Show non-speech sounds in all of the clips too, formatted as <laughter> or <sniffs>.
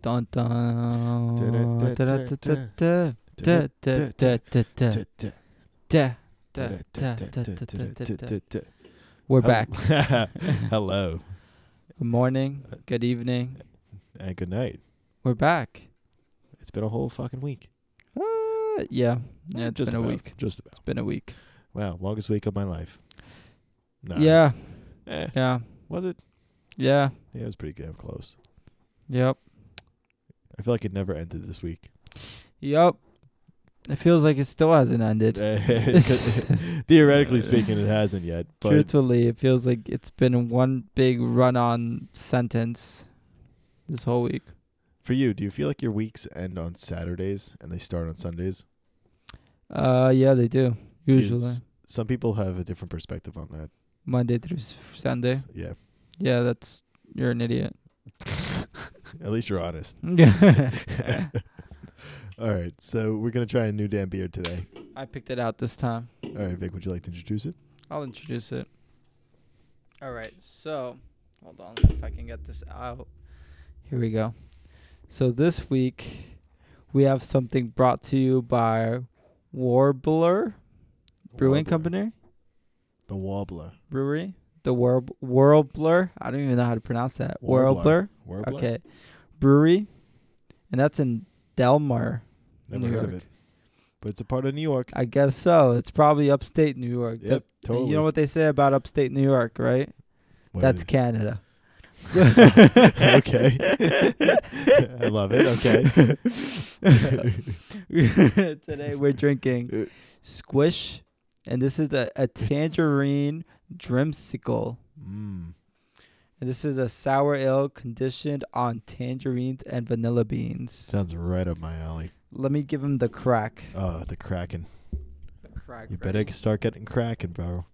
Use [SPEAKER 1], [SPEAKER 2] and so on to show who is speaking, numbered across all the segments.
[SPEAKER 1] Dun dun.
[SPEAKER 2] Da, da,
[SPEAKER 1] Da, da, da, da, da, da, da, da, da, da, da, da, da, da, da, da, da. We're back.
[SPEAKER 2] <laughs> Hello
[SPEAKER 1] Good morning. Good evening.
[SPEAKER 2] and good night.
[SPEAKER 1] We're back.
[SPEAKER 2] It's been a whole fucking week.
[SPEAKER 1] Uh, yeah. Yeah, it's
[SPEAKER 2] just
[SPEAKER 1] been a
[SPEAKER 2] about,
[SPEAKER 1] week.
[SPEAKER 2] Just about.
[SPEAKER 1] It's been a week.
[SPEAKER 2] Wow, longest week of my life. No.
[SPEAKER 1] Yeah.
[SPEAKER 2] Eh,
[SPEAKER 1] Yeah.
[SPEAKER 2] was it?
[SPEAKER 1] Yeah.
[SPEAKER 2] Yeah, it was pretty damn close.
[SPEAKER 1] Yep.
[SPEAKER 2] I feel like it never ended
[SPEAKER 1] <laughs>
[SPEAKER 2] this week.
[SPEAKER 1] Yep. It feels like it still hasn't ended.
[SPEAKER 2] <laughs> Theoretically speaking, it hasn't yet. But
[SPEAKER 1] Truthfully, it feels like it's been one big run on sentence this whole week.
[SPEAKER 2] for you, do you feel like your weeks end on Saturdays and they start on Sundays?
[SPEAKER 1] Uh, yeah, they do. Usually.
[SPEAKER 2] Because Some people have a different perspective on that.
[SPEAKER 1] Monday through s- Sunday.
[SPEAKER 2] Yeah.
[SPEAKER 1] Yeah, that's you're an
[SPEAKER 2] <laughs>
[SPEAKER 1] idiot.
[SPEAKER 2] At least
[SPEAKER 1] <laughs>
[SPEAKER 2] you're honest.
[SPEAKER 1] I
[SPEAKER 2] <laughs> All right, so we're gonna try a new damn beer today.
[SPEAKER 1] picked it out this time.
[SPEAKER 2] All right, Vic, would you like to introduce it?
[SPEAKER 1] I'll introduce it. All right. So, hold on if I can get this out. Here we go. So this week we have something brought to you by Warbler Brewing
[SPEAKER 2] Warbler.
[SPEAKER 1] Company
[SPEAKER 2] The Wobbler.
[SPEAKER 1] Brewery. The Warb Warbler. I don't even know how to pronounce that.
[SPEAKER 2] Warbler.
[SPEAKER 1] Warbler.
[SPEAKER 2] Warbler.
[SPEAKER 1] Okay. Brewery. And that's in Delmar.
[SPEAKER 2] Never
[SPEAKER 1] New
[SPEAKER 2] heard of
[SPEAKER 1] York.
[SPEAKER 2] it, but it's a part of New York.
[SPEAKER 1] I guess so. It's probably upstate New York.
[SPEAKER 2] Yep,
[SPEAKER 1] That-
[SPEAKER 2] totally.
[SPEAKER 1] You know what they say about upstate New York, right?
[SPEAKER 2] What
[SPEAKER 1] That's
[SPEAKER 2] is <laughs>
[SPEAKER 1] Canada. <laughs>
[SPEAKER 2] it? <laughs> okay. I love it. Okay.
[SPEAKER 1] <laughs> Today we're
[SPEAKER 2] Uh,
[SPEAKER 1] drinking Squish, and this is a, a tangerine dreamsicle.
[SPEAKER 2] Mm.
[SPEAKER 1] And this is a sour ale conditioned on tangerines and vanilla beans.
[SPEAKER 2] Sounds right up my alley.
[SPEAKER 1] Let me give him the crack.
[SPEAKER 2] Oh, the Kraken.
[SPEAKER 1] The crack.
[SPEAKER 2] You better start getting Kraken, bro.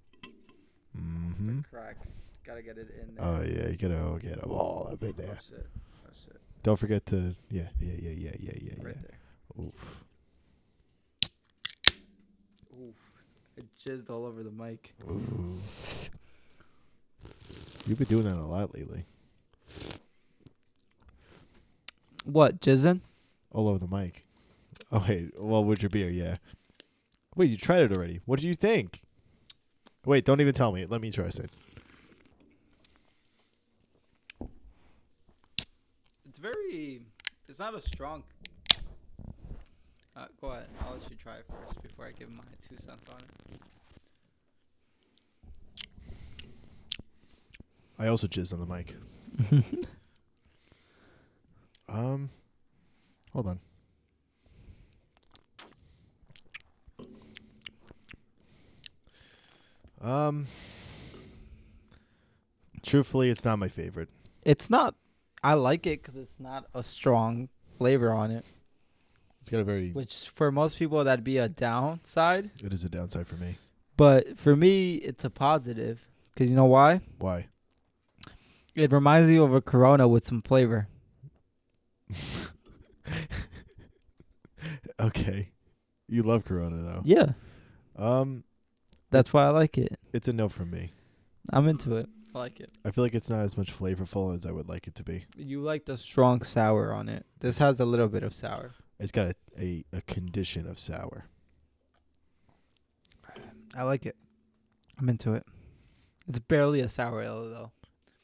[SPEAKER 2] Mm-hmm.
[SPEAKER 1] crack. Gotta get it in
[SPEAKER 2] Oh yeah, you gotta all get 'em all up in there.
[SPEAKER 1] shit. Oh shit.
[SPEAKER 2] Don't forget to yeah yeah yeah yeah yeah yeah yeah.
[SPEAKER 1] there.
[SPEAKER 2] Oof.
[SPEAKER 1] Oof. It jizzed all over the mic.
[SPEAKER 2] Ooh. You've been doing that a lot lately,
[SPEAKER 1] What, jizzing?
[SPEAKER 2] all over the mic. Oh wait, well, with your beer, yeah. Wait, you tried it already. What do you think? Wait, don't even tell me. Let me try it.
[SPEAKER 1] It's very. It's not a strong. Uh, go ahead. I'll let you try it first before I give my two cents on it.
[SPEAKER 2] I also jizzed on the mic. um, hold on. Um, truthfully, it's not my favorite.
[SPEAKER 1] It's not. I like it because it's not a strong flavor on it,
[SPEAKER 2] It's got a very.
[SPEAKER 1] which for most people that'd be a downside.
[SPEAKER 2] It is a downside for me.
[SPEAKER 1] But for me, it's a positive because you know why?
[SPEAKER 2] Why?
[SPEAKER 1] It reminds you of a Corona with some flavor.
[SPEAKER 2] Okay, you love Corona though.
[SPEAKER 1] Yeah,
[SPEAKER 2] Um,
[SPEAKER 1] that's why I like it.
[SPEAKER 2] it's a no from me.
[SPEAKER 1] I'm into it. I like it.
[SPEAKER 2] I feel like it's not as much flavorful as I would like it to be.
[SPEAKER 1] You like the strong sour on it. This has a little bit of sour.
[SPEAKER 2] It's got a a, a condition of sour.
[SPEAKER 1] I like it. I'm into it. It's barely a sour ale though.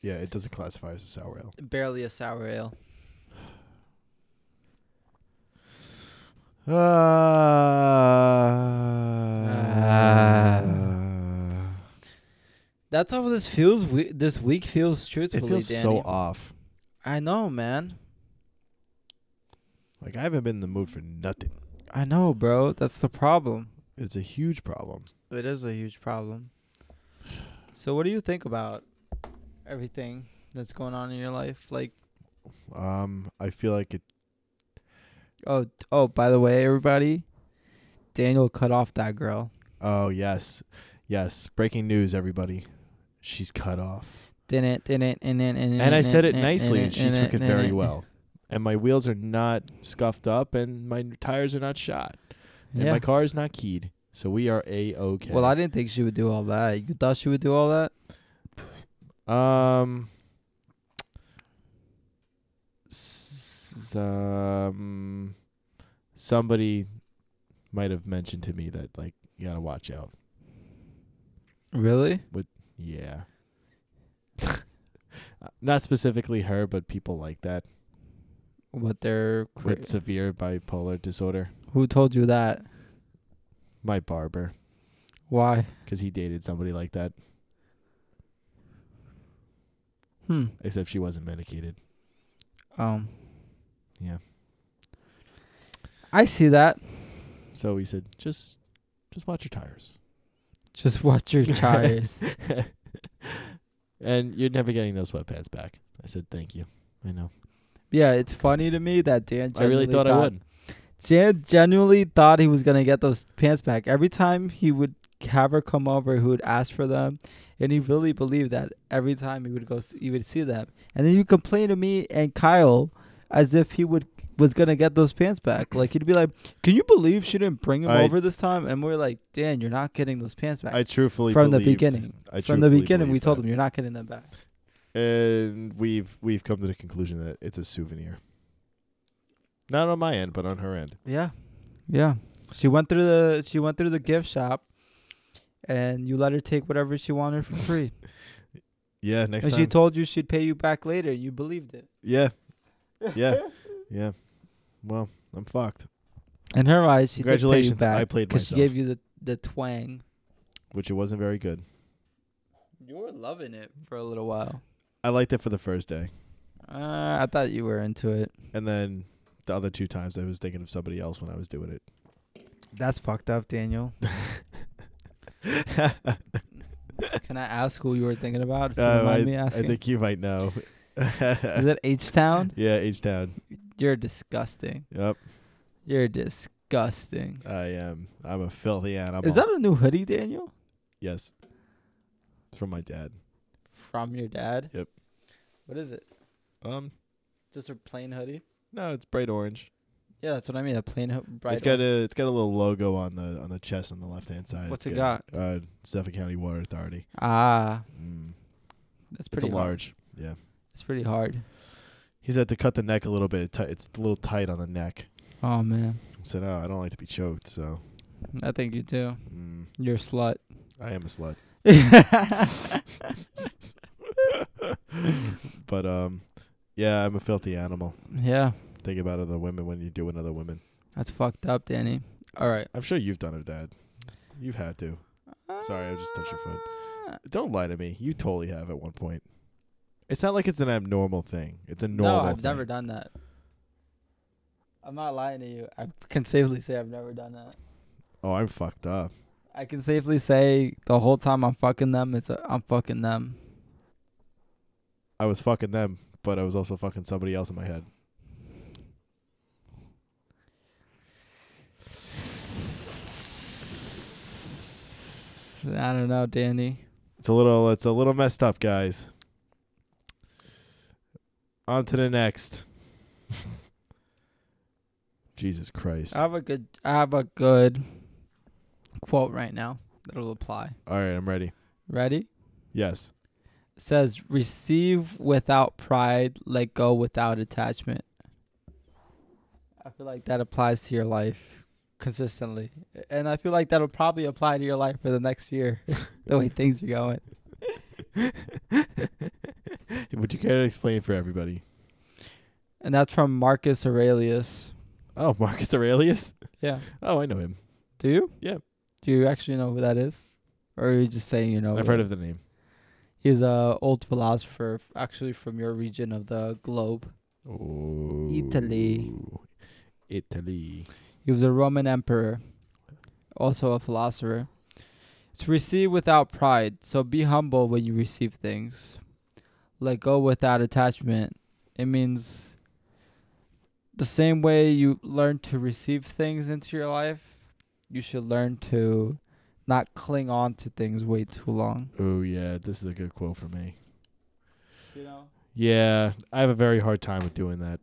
[SPEAKER 2] Yeah, it doesn't classify as a sour ale.
[SPEAKER 1] Barely a sour ale. Ah. That's how this feels. We- this week feels
[SPEAKER 2] it
[SPEAKER 1] truthfully,
[SPEAKER 2] feels so
[SPEAKER 1] Danny.
[SPEAKER 2] off.
[SPEAKER 1] I know, man.
[SPEAKER 2] Like I haven't been in the mood for nothing.
[SPEAKER 1] I know, bro. That's the problem.
[SPEAKER 2] It's a huge problem.
[SPEAKER 1] It is a huge problem. So, what do you think about everything that's going on in your life? Like,
[SPEAKER 2] Um, I feel like it.
[SPEAKER 1] oh, t- oh, by the way, everybody, Daniel cut off that girl.
[SPEAKER 2] Oh yes, yes. Breaking news, everybody. She's cut off.
[SPEAKER 1] Didn't, didn't, and then, and
[SPEAKER 2] And I said
[SPEAKER 1] Mm-hmm.
[SPEAKER 2] it nicely, and she took it very well. And my wheels are not scuffed up, and my tires are not shot, and
[SPEAKER 1] Yeah.
[SPEAKER 2] my car is not keyed. So we are a okay.
[SPEAKER 1] Well, I didn't think she would do all that. You thought she would do all that?
[SPEAKER 2] Um. s- s- um, somebody might have mentioned to me that like you gotta watch out.
[SPEAKER 1] Really?
[SPEAKER 2] Yeah. <laughs> Uh, Not specifically her, but people like that
[SPEAKER 1] What they're cre-
[SPEAKER 2] with severe bipolar disorder.
[SPEAKER 1] who told you that?
[SPEAKER 2] My barber,
[SPEAKER 1] Why?
[SPEAKER 2] 'cause he dated somebody like that,
[SPEAKER 1] Hmm.
[SPEAKER 2] except she wasn't medicated.
[SPEAKER 1] Um.
[SPEAKER 2] Yeah.
[SPEAKER 1] I see that.
[SPEAKER 2] So he said, just, just watch your tires.
[SPEAKER 1] Just watch <laughs> your tires.
[SPEAKER 2] and you're never getting those sweatpants back. I said, thank you. I know.
[SPEAKER 1] yeah, it's funny to me that Dan.
[SPEAKER 2] I
[SPEAKER 1] genuinely
[SPEAKER 2] really thought I would.
[SPEAKER 1] Jan genuinely thought he was gonna get those pants back. Every time he would have her come over, he would ask for them, and he really believed that every time he would go, s- he would see them. And then he would complain to me and Kyle as if he would was gonna get those pants back. Like he'd be like, "Can you believe she didn't bring him
[SPEAKER 2] I-
[SPEAKER 1] over this time?" And we're like, "Dan, you're not getting those pants back."
[SPEAKER 2] I truthfully
[SPEAKER 1] From the
[SPEAKER 2] believe-
[SPEAKER 1] beginning.
[SPEAKER 2] I
[SPEAKER 1] From the
[SPEAKER 2] truthfully
[SPEAKER 1] beginning, we
[SPEAKER 2] believe
[SPEAKER 1] told
[SPEAKER 2] that.
[SPEAKER 1] him you're not getting them back.
[SPEAKER 2] and we've we've come to the conclusion that it's a souvenir. Not on my end, but on her end.
[SPEAKER 1] Yeah, yeah. She went through the she went through the gift shop, and you let her take whatever she wanted for free.
[SPEAKER 2] Yeah, next
[SPEAKER 1] and
[SPEAKER 2] time.
[SPEAKER 1] she told you she'd pay you back later. You believed it. <laughs>
[SPEAKER 2] yeah, yeah, yeah. Well, I'm fucked.
[SPEAKER 1] In her eyes, she
[SPEAKER 2] Congratulations,
[SPEAKER 1] Did pay you back
[SPEAKER 2] I played
[SPEAKER 1] 'cause she
[SPEAKER 2] myself,
[SPEAKER 1] gave you the the twang.
[SPEAKER 2] which it wasn't very good.
[SPEAKER 1] You were loving it for a little while.
[SPEAKER 2] I liked it for the first day,
[SPEAKER 1] Uh, I thought you were into it.
[SPEAKER 2] and then the other two times I was thinking of somebody else when I was doing it.
[SPEAKER 1] That's fucked up,
[SPEAKER 2] <laughs>
[SPEAKER 1] Daniel. Can I ask who you were thinking about? If you
[SPEAKER 2] Um,
[SPEAKER 1] mind
[SPEAKER 2] I,
[SPEAKER 1] me
[SPEAKER 2] I
[SPEAKER 1] asking.
[SPEAKER 2] think uh, you might know.
[SPEAKER 1] Is it H Town?
[SPEAKER 2] <laughs> yeah, H Town.
[SPEAKER 1] You're disgusting.
[SPEAKER 2] Yep,
[SPEAKER 1] You're disgusting.
[SPEAKER 2] I am. I'm a filthy animal.
[SPEAKER 1] Is that a new hoodie, Daniel?
[SPEAKER 2] yes? It's from my dad.
[SPEAKER 1] From your dad?
[SPEAKER 2] Yep.
[SPEAKER 1] What is it?
[SPEAKER 2] Um,
[SPEAKER 1] Just a plain hoodie?
[SPEAKER 2] no, it's bright orange.
[SPEAKER 1] Yeah, that's what I mean. A plain hoodie.
[SPEAKER 2] it's got a it's got a little logo on the on the chest on the left hand side.
[SPEAKER 1] What's
[SPEAKER 2] It's
[SPEAKER 1] it got?
[SPEAKER 2] Uh, Suffolk County Water Authority.
[SPEAKER 1] Ah,
[SPEAKER 2] Mm.
[SPEAKER 1] that's
[SPEAKER 2] It's a
[SPEAKER 1] pretty hard.
[SPEAKER 2] large. Yeah,
[SPEAKER 1] It's pretty hard.
[SPEAKER 2] he said to cut the neck a little bit. It ti- it's a little tight on the neck.
[SPEAKER 1] Oh man,
[SPEAKER 2] I said, oh, I don't like to be choked, so
[SPEAKER 1] I think you do.
[SPEAKER 2] mm,
[SPEAKER 1] You're a slut. <laughs>
[SPEAKER 2] I am a slut. <laughs> But um, yeah, I'm a filthy animal.
[SPEAKER 1] yeah,
[SPEAKER 2] Think about other women when you do another woman.
[SPEAKER 1] that's fucked up, Danny. All right.
[SPEAKER 2] I'm sure you've done it, Dad. You've had to. Sorry, I just touched your foot.
[SPEAKER 1] Ah.
[SPEAKER 2] Don't lie to me. You totally have at one point. It's not like it's an abnormal thing. It's a normal.
[SPEAKER 1] No, I've
[SPEAKER 2] thing.
[SPEAKER 1] never done that. I'm not lying to you. I can safely say I've never done that.
[SPEAKER 2] Oh, I'm fucked up.
[SPEAKER 1] I can safely say the whole time I'm fucking them, it's a, I'm fucking them.
[SPEAKER 2] I was fucking them, but I was also fucking somebody else in my head.
[SPEAKER 1] I don't know, Danny.
[SPEAKER 2] It's a little. It's a little messed up, guys. On to the next. <laughs> Jesus Christ.
[SPEAKER 1] I have a good. I have a good quote right now that'll apply.
[SPEAKER 2] All right, I'm ready.
[SPEAKER 1] Ready?
[SPEAKER 2] Yes.
[SPEAKER 1] says receive without pride, let go without attachment. I feel like that applies to your life consistently. And I feel like that'll probably apply to your life for the next year, <laughs> the way things are going. <laughs>
[SPEAKER 2] Would you care to explain for everybody?
[SPEAKER 1] And that's from Marcus Aurelius.
[SPEAKER 2] Oh, Marcus Aurelius.
[SPEAKER 1] Yeah.
[SPEAKER 2] Oh, I know him.
[SPEAKER 1] Do you?
[SPEAKER 2] Yeah.
[SPEAKER 1] Do you actually know who that is? Or are you just saying you know?
[SPEAKER 2] I've
[SPEAKER 1] who-
[SPEAKER 2] heard of the name.
[SPEAKER 1] He's a old philosopher, f- actually from your region of the globe.
[SPEAKER 2] Oh.
[SPEAKER 1] Italy.
[SPEAKER 2] Italy.
[SPEAKER 1] He was a Roman emperor, also a philosopher. To receive without pride, so be humble when you receive things. Let go without attachment. It means the same way you learn to receive things into your life, you should learn to not cling on to things way too long.
[SPEAKER 2] Oh yeah, this is a good quote for me.
[SPEAKER 1] You know?
[SPEAKER 2] Yeah, I have a very hard time with doing that.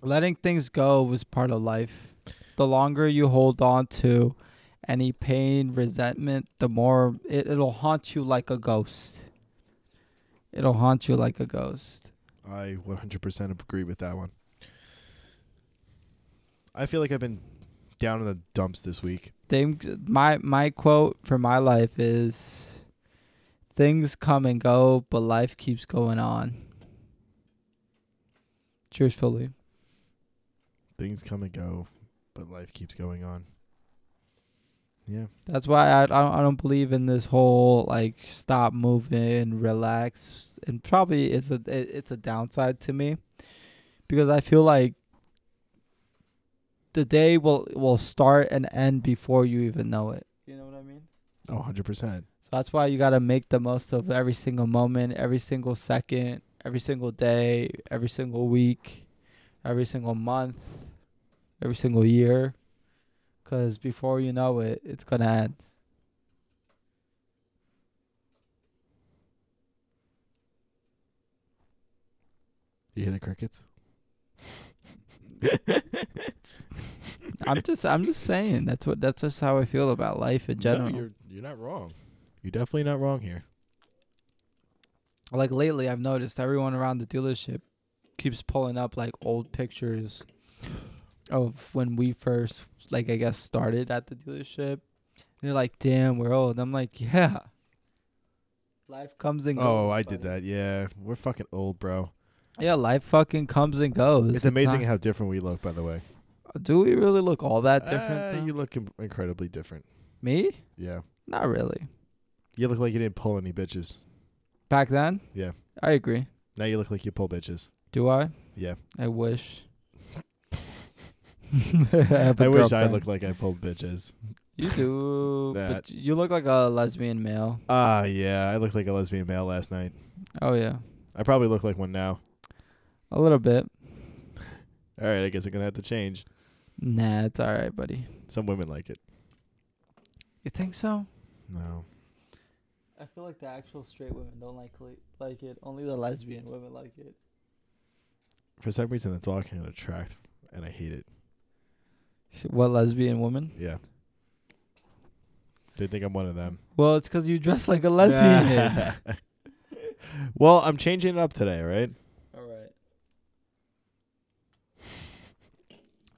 [SPEAKER 1] letting things go was part of life. The longer you hold on to any pain, resentment, the more it, it'll haunt you like a ghost. It'll haunt you like a ghost.
[SPEAKER 2] I 100% agree with that one. I feel like I've been down in the dumps this week.
[SPEAKER 1] Thing- my my quote for my life is things come and go, but life keeps going on. Cheers, Philly.
[SPEAKER 2] Things come and go, but life keeps going on. Yeah.
[SPEAKER 1] That's why I I don't, I don't believe in this whole like stop moving, relax, and probably it's a it, it's a downside to me because I feel like the day will will start and end before you even know it. You know what I mean?
[SPEAKER 2] Oh, 100%.
[SPEAKER 1] So that's why you got to make the most of every single moment, every single second, every single day, every single week, every single month, every single year. Because before you know it, it's going to end.
[SPEAKER 2] You hear
[SPEAKER 1] <laughs>
[SPEAKER 2] the crickets?
[SPEAKER 1] I'm just I'm just saying that's what that's just how I feel about life in general.
[SPEAKER 2] No, you're, you're not wrong. You're definitely not wrong here.
[SPEAKER 1] like lately I've noticed everyone around the dealership keeps pulling up like old pictures of when we first like I guess started at the dealership. And they're like, "Damn, we're old." I'm like, <laughs> "Yeah." Life comes and goes.
[SPEAKER 2] Oh, I
[SPEAKER 1] buddy.
[SPEAKER 2] did that. Yeah. We're fucking old, bro.
[SPEAKER 1] Yeah, life fucking comes and goes.
[SPEAKER 2] It's, amazing
[SPEAKER 1] not-
[SPEAKER 2] how different we look, by the way.
[SPEAKER 1] Do we really look all that different?
[SPEAKER 2] Uh,
[SPEAKER 1] though?
[SPEAKER 2] you look Im- incredibly different.
[SPEAKER 1] Me?
[SPEAKER 2] Yeah.
[SPEAKER 1] Not really.
[SPEAKER 2] You look like you didn't pull any bitches.
[SPEAKER 1] Back then?
[SPEAKER 2] Yeah.
[SPEAKER 1] I agree.
[SPEAKER 2] Now you look like you pull bitches.
[SPEAKER 1] Do I?
[SPEAKER 2] Yeah.
[SPEAKER 1] I
[SPEAKER 2] <laughs>
[SPEAKER 1] wish.
[SPEAKER 2] I wish I looked like I pulled bitches.
[SPEAKER 1] You do,
[SPEAKER 2] That.
[SPEAKER 1] but you look like a lesbian male.
[SPEAKER 2] Ah, yeah. I looked like a lesbian male last night.
[SPEAKER 1] Oh yeah,
[SPEAKER 2] I probably look like one now.
[SPEAKER 1] a little bit.
[SPEAKER 2] All right, I guess I'm gonna have to change.
[SPEAKER 1] Nah, it's all right, buddy.
[SPEAKER 2] Some women like it.
[SPEAKER 1] You think so?
[SPEAKER 2] No.
[SPEAKER 1] I feel like the actual straight women don't like like it. Only the lesbian women like it.
[SPEAKER 2] For some reason, that's all I can attract, and I hate it.
[SPEAKER 1] What lesbian woman?
[SPEAKER 2] Yeah. They think I'm one of them.
[SPEAKER 1] Well, it's 'cause you dress like a
[SPEAKER 2] <laughs>
[SPEAKER 1] lesbian. <laughs>
[SPEAKER 2] well, I'm changing it up today, right?
[SPEAKER 1] all right. <laughs>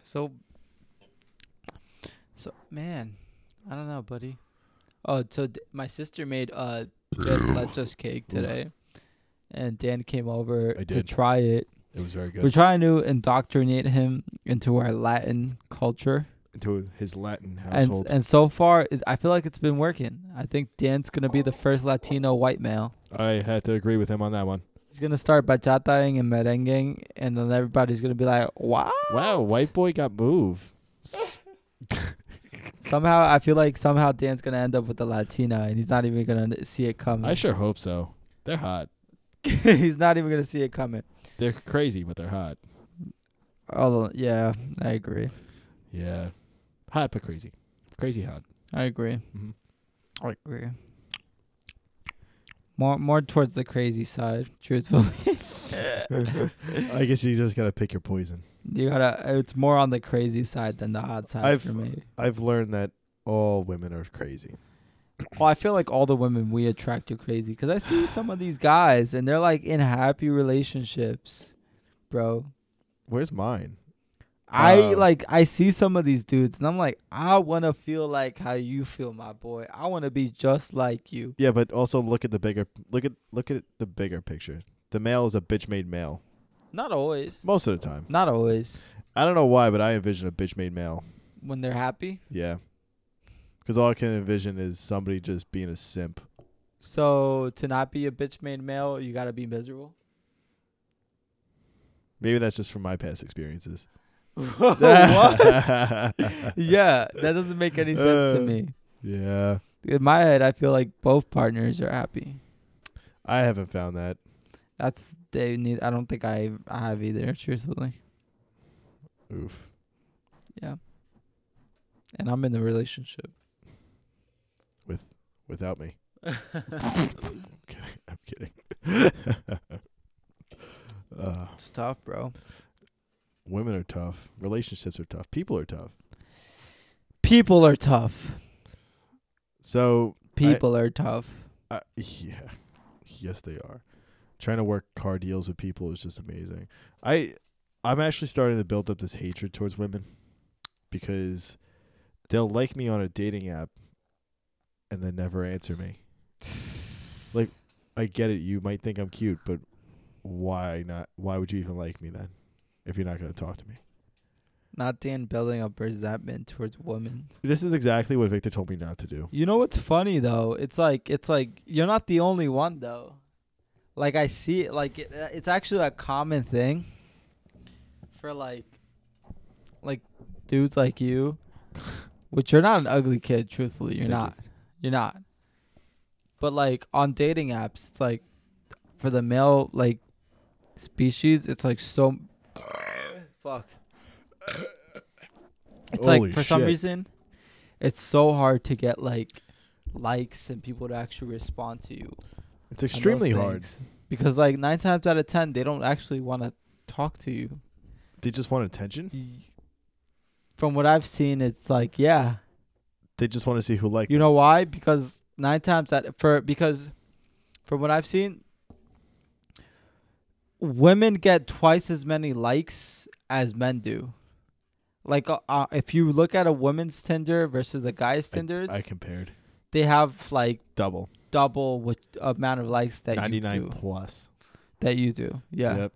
[SPEAKER 1] So, so man, I don't know, buddy. Oh, so d- my sister made uh just lettuce cake today, and Dan came over
[SPEAKER 2] I
[SPEAKER 1] to
[SPEAKER 2] did.
[SPEAKER 1] try it.
[SPEAKER 2] It was very good.
[SPEAKER 1] We're trying to indoctrinate him into our Latin culture,
[SPEAKER 2] to his Latin
[SPEAKER 1] and
[SPEAKER 2] household.
[SPEAKER 1] and so far, it, I feel like it's been working. I think Dan's gonna be the first Latino white male.
[SPEAKER 2] I had to agree with him on that one.
[SPEAKER 1] He's gonna start bachataing and merenguing, and then everybody's gonna be like, "Wow!"
[SPEAKER 2] Wow, white boy got moved.
[SPEAKER 1] Mm. Somehow, I feel like somehow Dan's gonna end up with a Latina, and he's not even gonna see it coming.
[SPEAKER 2] I sure hope so. They're hot.
[SPEAKER 1] <laughs> he's not even gonna see it coming.
[SPEAKER 2] They're crazy, but they're hot.
[SPEAKER 1] Oh yeah, I agree.
[SPEAKER 2] Yeah, hot but crazy,
[SPEAKER 1] <laughs>
[SPEAKER 2] crazy hot.
[SPEAKER 1] I agree.
[SPEAKER 2] Mhm.
[SPEAKER 1] I agree. More more towards the crazy side, truthfully. <laughs>
[SPEAKER 2] I guess you just gotta pick your poison.
[SPEAKER 1] You gotta. It's more on the crazy side than the hot side
[SPEAKER 2] I've-
[SPEAKER 1] for me.
[SPEAKER 2] I've learned that all women are crazy.
[SPEAKER 1] Well, I feel like all the women we attract are crazy because I see some of these guys and they're like in happy relationships, bro.
[SPEAKER 2] Where's mine?
[SPEAKER 1] I
[SPEAKER 2] Oh.
[SPEAKER 1] like I see some of these dudes and I'm like, I want to feel like how you feel, my boy. I want to be just like you.
[SPEAKER 2] Yeah, but also look at the bigger look at look at the bigger picture. The male is a bitch made male
[SPEAKER 1] Not always.
[SPEAKER 2] most of the time.
[SPEAKER 1] Not always.
[SPEAKER 2] I don't know why, but I envision a bitch made male.
[SPEAKER 1] When they're happy.
[SPEAKER 2] Yeah, because all I can envision is somebody just being a simp.
[SPEAKER 1] So to not be a bitch made male, you gotta be miserable. <laughs>
[SPEAKER 2] Maybe that's just from my past experiences.
[SPEAKER 1] <laughs>
[SPEAKER 2] <laughs>
[SPEAKER 1] what? yeah, that doesn't make any sense to
[SPEAKER 2] Uh.
[SPEAKER 1] me.
[SPEAKER 2] Yeah,
[SPEAKER 1] In my head, I feel like both partners are happy.
[SPEAKER 2] I haven't found that.
[SPEAKER 1] That's they need. I don't think I I have either. Truthfully,
[SPEAKER 2] Oof.
[SPEAKER 1] yeah. And I'm in the relationship.
[SPEAKER 2] Without me. I'm kidding. <laughs> I'm kidding. uh,
[SPEAKER 1] It's tough, bro.
[SPEAKER 2] women are tough. Relationships are tough. People are tough.
[SPEAKER 1] People are tough.
[SPEAKER 2] So
[SPEAKER 1] People are tough.
[SPEAKER 2] Uh, <laughs> yeah, yes, they are. Trying to work car deals with people is just amazing. I, I'm actually starting to build up this hatred towards women. because they'll like me on a dating app and then never answer me. Like- I get it. You might think I'm cute, but why not? Why would you even like me then if you're not going to talk to me?
[SPEAKER 1] not Dan building up resentment towards women.
[SPEAKER 2] This is exactly what Victor told me not to do.
[SPEAKER 1] You know what's funny though? It's like it's like you're not the only one though. Like I see it like it, uh, it's actually a common thing for like like dudes like you, which you're not an ugly kid truthfully, you're
[SPEAKER 2] Thank you.
[SPEAKER 1] not. You're not. But like on dating apps, it's like for the male like species, it's like so <coughs> fuck. It's
[SPEAKER 2] Holy
[SPEAKER 1] like for some
[SPEAKER 2] shit.
[SPEAKER 1] reason, it's so hard to get like likes and people to actually respond to you. on
[SPEAKER 2] It's
[SPEAKER 1] those
[SPEAKER 2] extremely hard.
[SPEAKER 1] things. because like nine times out of ten, they don't actually want to talk to you.
[SPEAKER 2] They just want attention.
[SPEAKER 1] From what I've seen, it's like yeah,
[SPEAKER 2] They just want to see who liked
[SPEAKER 1] you know why? Because nine times out for because from what I've seen, women get twice as many likes as men do. Like uh, uh, if you look at a woman's Tinder versus a guy's Tinder,
[SPEAKER 2] I compared
[SPEAKER 1] they have like
[SPEAKER 2] double
[SPEAKER 1] double what amount of likes that
[SPEAKER 2] ninety
[SPEAKER 1] you
[SPEAKER 2] nine
[SPEAKER 1] do.
[SPEAKER 2] plus.
[SPEAKER 1] That you do, yeah.
[SPEAKER 2] Yep.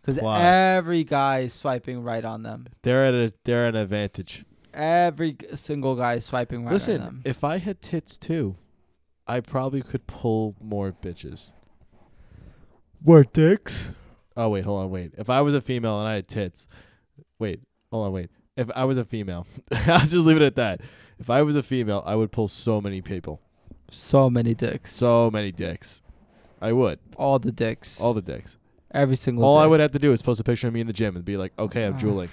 [SPEAKER 1] Because
[SPEAKER 2] plus.
[SPEAKER 1] every guy is swiping right on them.
[SPEAKER 2] They're at a they're at an advantage.
[SPEAKER 1] Every g- single guy is swiping right on
[SPEAKER 2] Listen,
[SPEAKER 1] them.
[SPEAKER 2] if I had tits too, I probably could pull more bitches.
[SPEAKER 1] More dicks.
[SPEAKER 2] Oh wait, hold on, wait. If I was a female and I had tits, wait, hold on, wait. If I was a female, <laughs> I'll just leave it at that. If I was a female, I would pull so many people,
[SPEAKER 1] So many dicks.
[SPEAKER 2] so many dicks. I would
[SPEAKER 1] All the dicks.
[SPEAKER 2] all the dicks.
[SPEAKER 1] every single.
[SPEAKER 2] all
[SPEAKER 1] dick.
[SPEAKER 2] I would have to do is post a picture of me in the gym and be like, "Okay, I'm
[SPEAKER 1] Ah. <laughs>
[SPEAKER 2] drooling."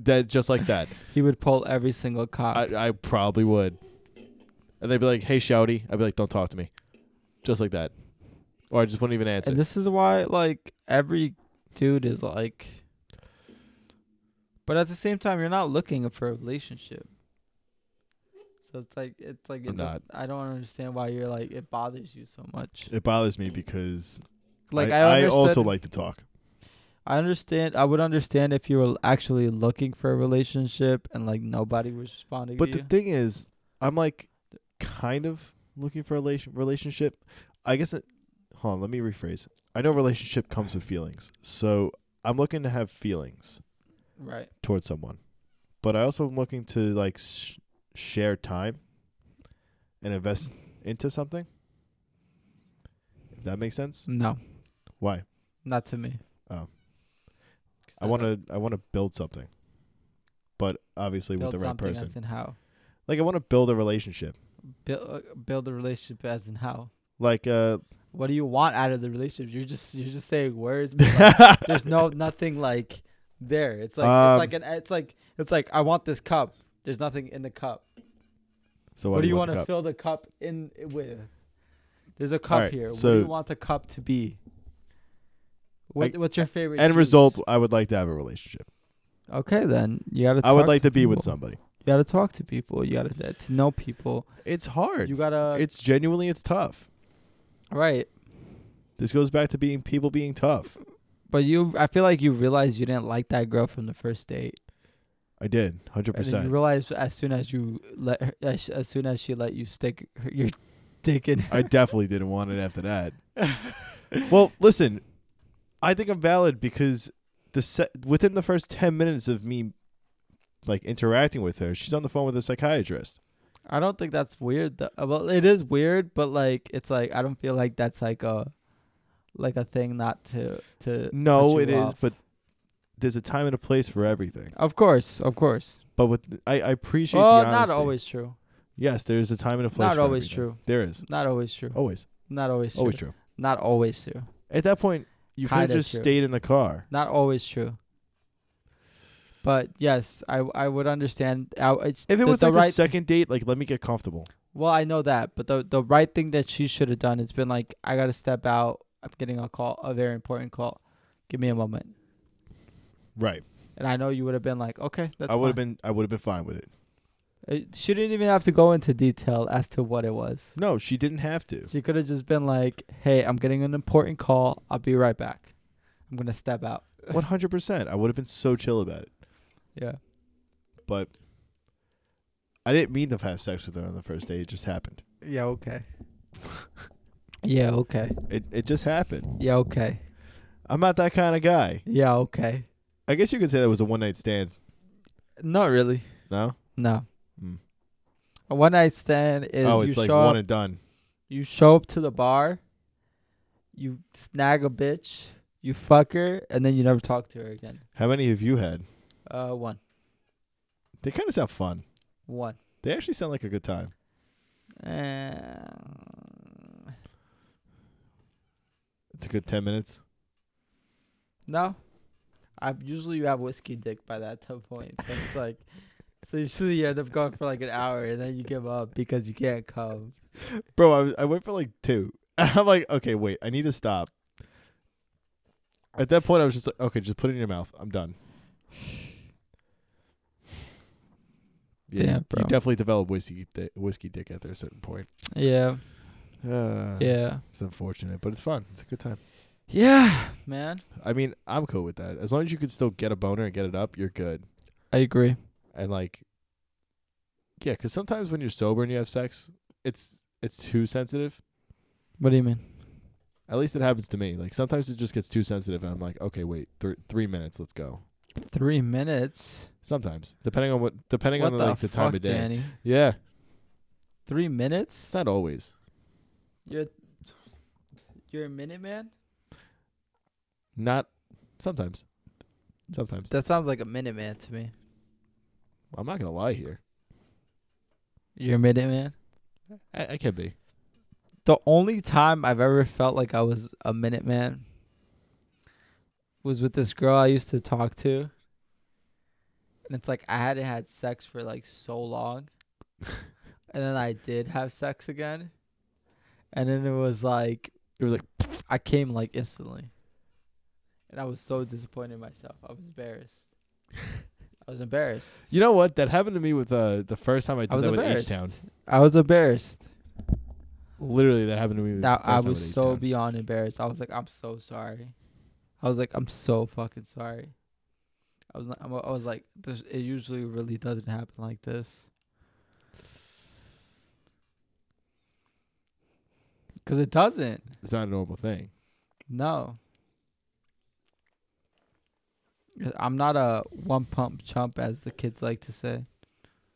[SPEAKER 2] That just like that.
[SPEAKER 1] he would pull every single cock.
[SPEAKER 2] I, I probably would. And they'd be like, "Hey, shouty," I'd be like, "Don't talk to me," just like that, or I just wouldn't even answer.
[SPEAKER 1] and this is why, like, every dude is like. But at the same time, you're not looking for a relationship. So it's like it's like it
[SPEAKER 2] I'm
[SPEAKER 1] does-
[SPEAKER 2] not.
[SPEAKER 1] I don't understand why you're like it bothers you so much.
[SPEAKER 2] it bothers me because
[SPEAKER 1] Like I, also like.
[SPEAKER 2] to talk.
[SPEAKER 1] I understand. I would understand if you were actually looking for a relationship and like nobody was responding. to
[SPEAKER 2] But the
[SPEAKER 1] you.
[SPEAKER 2] thing is, I'm like kind of looking for a relation- relationship. I guess it. Hold on, let me rephrase. I know relationship comes with feelings, so I'm looking to have feelings
[SPEAKER 1] right?
[SPEAKER 2] towards someone, but I also am looking to like sh- share time and invest into something. If that makes sense,
[SPEAKER 1] No,
[SPEAKER 2] why?
[SPEAKER 1] not to me.
[SPEAKER 2] Oh. I want to. I want to build something, but obviously
[SPEAKER 1] build
[SPEAKER 2] with the right
[SPEAKER 1] something
[SPEAKER 2] person.
[SPEAKER 1] As in how
[SPEAKER 2] Like I want to build a relationship.
[SPEAKER 1] build uh, build a relationship as in how.
[SPEAKER 2] Like uh,
[SPEAKER 1] What do you want out of the relationship? You're just you're just saying words. But
[SPEAKER 2] <laughs>
[SPEAKER 1] like, there's no nothing like there. It's like
[SPEAKER 2] Um,
[SPEAKER 1] it's like an it's like it's like I want this cup. There's nothing in the cup.
[SPEAKER 2] So
[SPEAKER 1] What, do you want
[SPEAKER 2] the
[SPEAKER 1] to
[SPEAKER 2] cup?
[SPEAKER 1] fill the cup in with? There's a cup
[SPEAKER 2] right,
[SPEAKER 1] here. what do
[SPEAKER 2] so-
[SPEAKER 1] you want the cup to be? What,
[SPEAKER 2] I-
[SPEAKER 1] what's your favorite?
[SPEAKER 2] End
[SPEAKER 1] juice?
[SPEAKER 2] result, I would like to have a relationship.
[SPEAKER 1] Okay, then you gotta.
[SPEAKER 2] I would
[SPEAKER 1] talk
[SPEAKER 2] like to be with
[SPEAKER 1] people.
[SPEAKER 2] somebody.
[SPEAKER 1] You gotta talk to people. You gotta get to know people.
[SPEAKER 2] It's hard.
[SPEAKER 1] You gotta
[SPEAKER 2] it's genuinely, it's tough.
[SPEAKER 1] right.
[SPEAKER 2] This goes back to being people being tough.
[SPEAKER 1] But you, I feel like you realized you didn't like that girl from the first date,
[SPEAKER 2] I did, hundred
[SPEAKER 1] and then you
[SPEAKER 2] percent.
[SPEAKER 1] realized as soon as you let her, as, as soon as she let you stick her, your <laughs> dick in. Her.
[SPEAKER 2] I definitely didn't want it after that. Well, listen, I think I'm valid because the se- within the first ten minutes of me like interacting with her, she's on the phone with a psychiatrist.
[SPEAKER 1] I don't think that's weird. Though. Uh, Well, it is weird, but like it's like I don't feel like that's like a like a thing not to to.
[SPEAKER 2] No,
[SPEAKER 1] put
[SPEAKER 2] it
[SPEAKER 1] you
[SPEAKER 2] is,
[SPEAKER 1] off.
[SPEAKER 2] but there's a time and a place for everything.
[SPEAKER 1] of course, of course.
[SPEAKER 2] But with I, I appreciate.
[SPEAKER 1] Well,
[SPEAKER 2] the
[SPEAKER 1] not
[SPEAKER 2] honesty.
[SPEAKER 1] always true.
[SPEAKER 2] Yes, there is a time and a place.
[SPEAKER 1] Not
[SPEAKER 2] for
[SPEAKER 1] always
[SPEAKER 2] everything.
[SPEAKER 1] true.
[SPEAKER 2] There is
[SPEAKER 1] Not always true.
[SPEAKER 2] always,
[SPEAKER 1] Not always true.
[SPEAKER 2] Oh. always true.
[SPEAKER 1] Not always true.
[SPEAKER 2] At that point, you could have
[SPEAKER 1] Kinda
[SPEAKER 2] just
[SPEAKER 1] true.
[SPEAKER 2] stayed in the car.
[SPEAKER 1] Not always true. But yes, I I would understand. I, it's
[SPEAKER 2] If it
[SPEAKER 1] the,
[SPEAKER 2] was
[SPEAKER 1] the
[SPEAKER 2] like the
[SPEAKER 1] right,
[SPEAKER 2] second date, like let me get comfortable.
[SPEAKER 1] well, I know that. But the the right thing that she should have done, it's been like I gotta step out. I'm getting a call, a very important call. Give me a moment.
[SPEAKER 2] Right.
[SPEAKER 1] And I know you would have been like, okay, that's.
[SPEAKER 2] I would have been I would have been fine with
[SPEAKER 1] been.
[SPEAKER 2] it.
[SPEAKER 1] She didn't even have to go into detail as to what it was.
[SPEAKER 2] No, she didn't have to.
[SPEAKER 1] She could have just been like, "Hey, I'm getting an important call. I'll be right back. I'm gonna step out."
[SPEAKER 2] One hundred percent. I would have been so chill about it.
[SPEAKER 1] Yeah.
[SPEAKER 2] but I didn't mean to have sex with her on the first date. It just happened.
[SPEAKER 1] Yeah, okay. yeah, okay.
[SPEAKER 2] It it just happened.
[SPEAKER 1] Yeah, okay.
[SPEAKER 2] I'm not that kind of guy.
[SPEAKER 1] Yeah, okay.
[SPEAKER 2] I guess you could say that was a one night stand.
[SPEAKER 1] Not really.
[SPEAKER 2] No.
[SPEAKER 1] No.
[SPEAKER 2] Hmm.
[SPEAKER 1] A one night stand is
[SPEAKER 2] oh,
[SPEAKER 1] you
[SPEAKER 2] it's like
[SPEAKER 1] show
[SPEAKER 2] one
[SPEAKER 1] up,
[SPEAKER 2] and done.
[SPEAKER 1] you show up to the bar, you snag a bitch, you fuck her, and then you never talk to her again.
[SPEAKER 2] How many have you had?
[SPEAKER 1] Uh one.
[SPEAKER 2] They kind of sound fun.
[SPEAKER 1] One.
[SPEAKER 2] They actually sound like a good time.
[SPEAKER 1] Uh,
[SPEAKER 2] It's a good ten minutes.
[SPEAKER 1] no. I usually you have whiskey dick by that <laughs> time point. So it's like so usually you end up going for like an hour and then you give up because you can't come.
[SPEAKER 2] Bro, I, was, I went for like two. <laughs> I'm like, okay, wait, I need to stop. At that point, I was just like, okay, just put it in your mouth. I'm done. you-
[SPEAKER 1] Damn, bro.
[SPEAKER 2] You definitely develop whiskey di- whiskey dick at a certain point.
[SPEAKER 1] Yeah.
[SPEAKER 2] Uh,
[SPEAKER 1] Yeah.
[SPEAKER 2] It's unfortunate, but it's fun. It's a good time.
[SPEAKER 1] Yeah, man.
[SPEAKER 2] I mean, I'm cool with that. As long as you can still get a boner and get it up, you're good.
[SPEAKER 1] I agree.
[SPEAKER 2] And like, yeah, because sometimes when you're sober and you have sex, it's it's too sensitive.
[SPEAKER 1] What do you mean?
[SPEAKER 2] At least it happens to me. Like sometimes it just gets too sensitive, and I'm like, okay, wait, th- three minutes, let's go.
[SPEAKER 1] Three minutes.
[SPEAKER 2] Sometimes, depending on what, depending
[SPEAKER 1] What
[SPEAKER 2] on
[SPEAKER 1] the
[SPEAKER 2] like the time
[SPEAKER 1] fuck,
[SPEAKER 2] of day.
[SPEAKER 1] Danny?
[SPEAKER 2] Yeah,
[SPEAKER 1] Three minutes?
[SPEAKER 2] it's not always.
[SPEAKER 1] You're you're a minute man.
[SPEAKER 2] Not sometimes. Sometimes
[SPEAKER 1] That sounds like a minute man to me.
[SPEAKER 2] I'm not gonna lie here.
[SPEAKER 1] You're a minute man.
[SPEAKER 2] I, I can be.
[SPEAKER 1] The only time I've ever felt like I was a minute man was with this girl I used to talk to. And it's like I hadn't had sex for like so
[SPEAKER 2] <laughs>
[SPEAKER 1] long. and then I did have sex again. And then it was like
[SPEAKER 2] It was like <sniffs>
[SPEAKER 1] I came like instantly. And I was so disappointed in myself. I was embarrassed. I was <laughs> embarrassed.
[SPEAKER 2] you know what that happened to me with uh the first time I did
[SPEAKER 1] I was
[SPEAKER 2] that with H
[SPEAKER 1] embarrassed.
[SPEAKER 2] Town.
[SPEAKER 1] I was embarrassed.
[SPEAKER 2] Literally, that happened to me. with
[SPEAKER 1] That
[SPEAKER 2] the
[SPEAKER 1] I
[SPEAKER 2] first time
[SPEAKER 1] was
[SPEAKER 2] with
[SPEAKER 1] so
[SPEAKER 2] H-Town.
[SPEAKER 1] beyond embarrassed. I was like, I'm so sorry. I was like, I'm so fucking sorry. I was not, I'm- I was like, this, it usually really doesn't happen like this. <sighs> Cause it doesn't.
[SPEAKER 2] It's not a normal thing.
[SPEAKER 1] No. 'Cause I'm not a one pump chump as the kids like to say.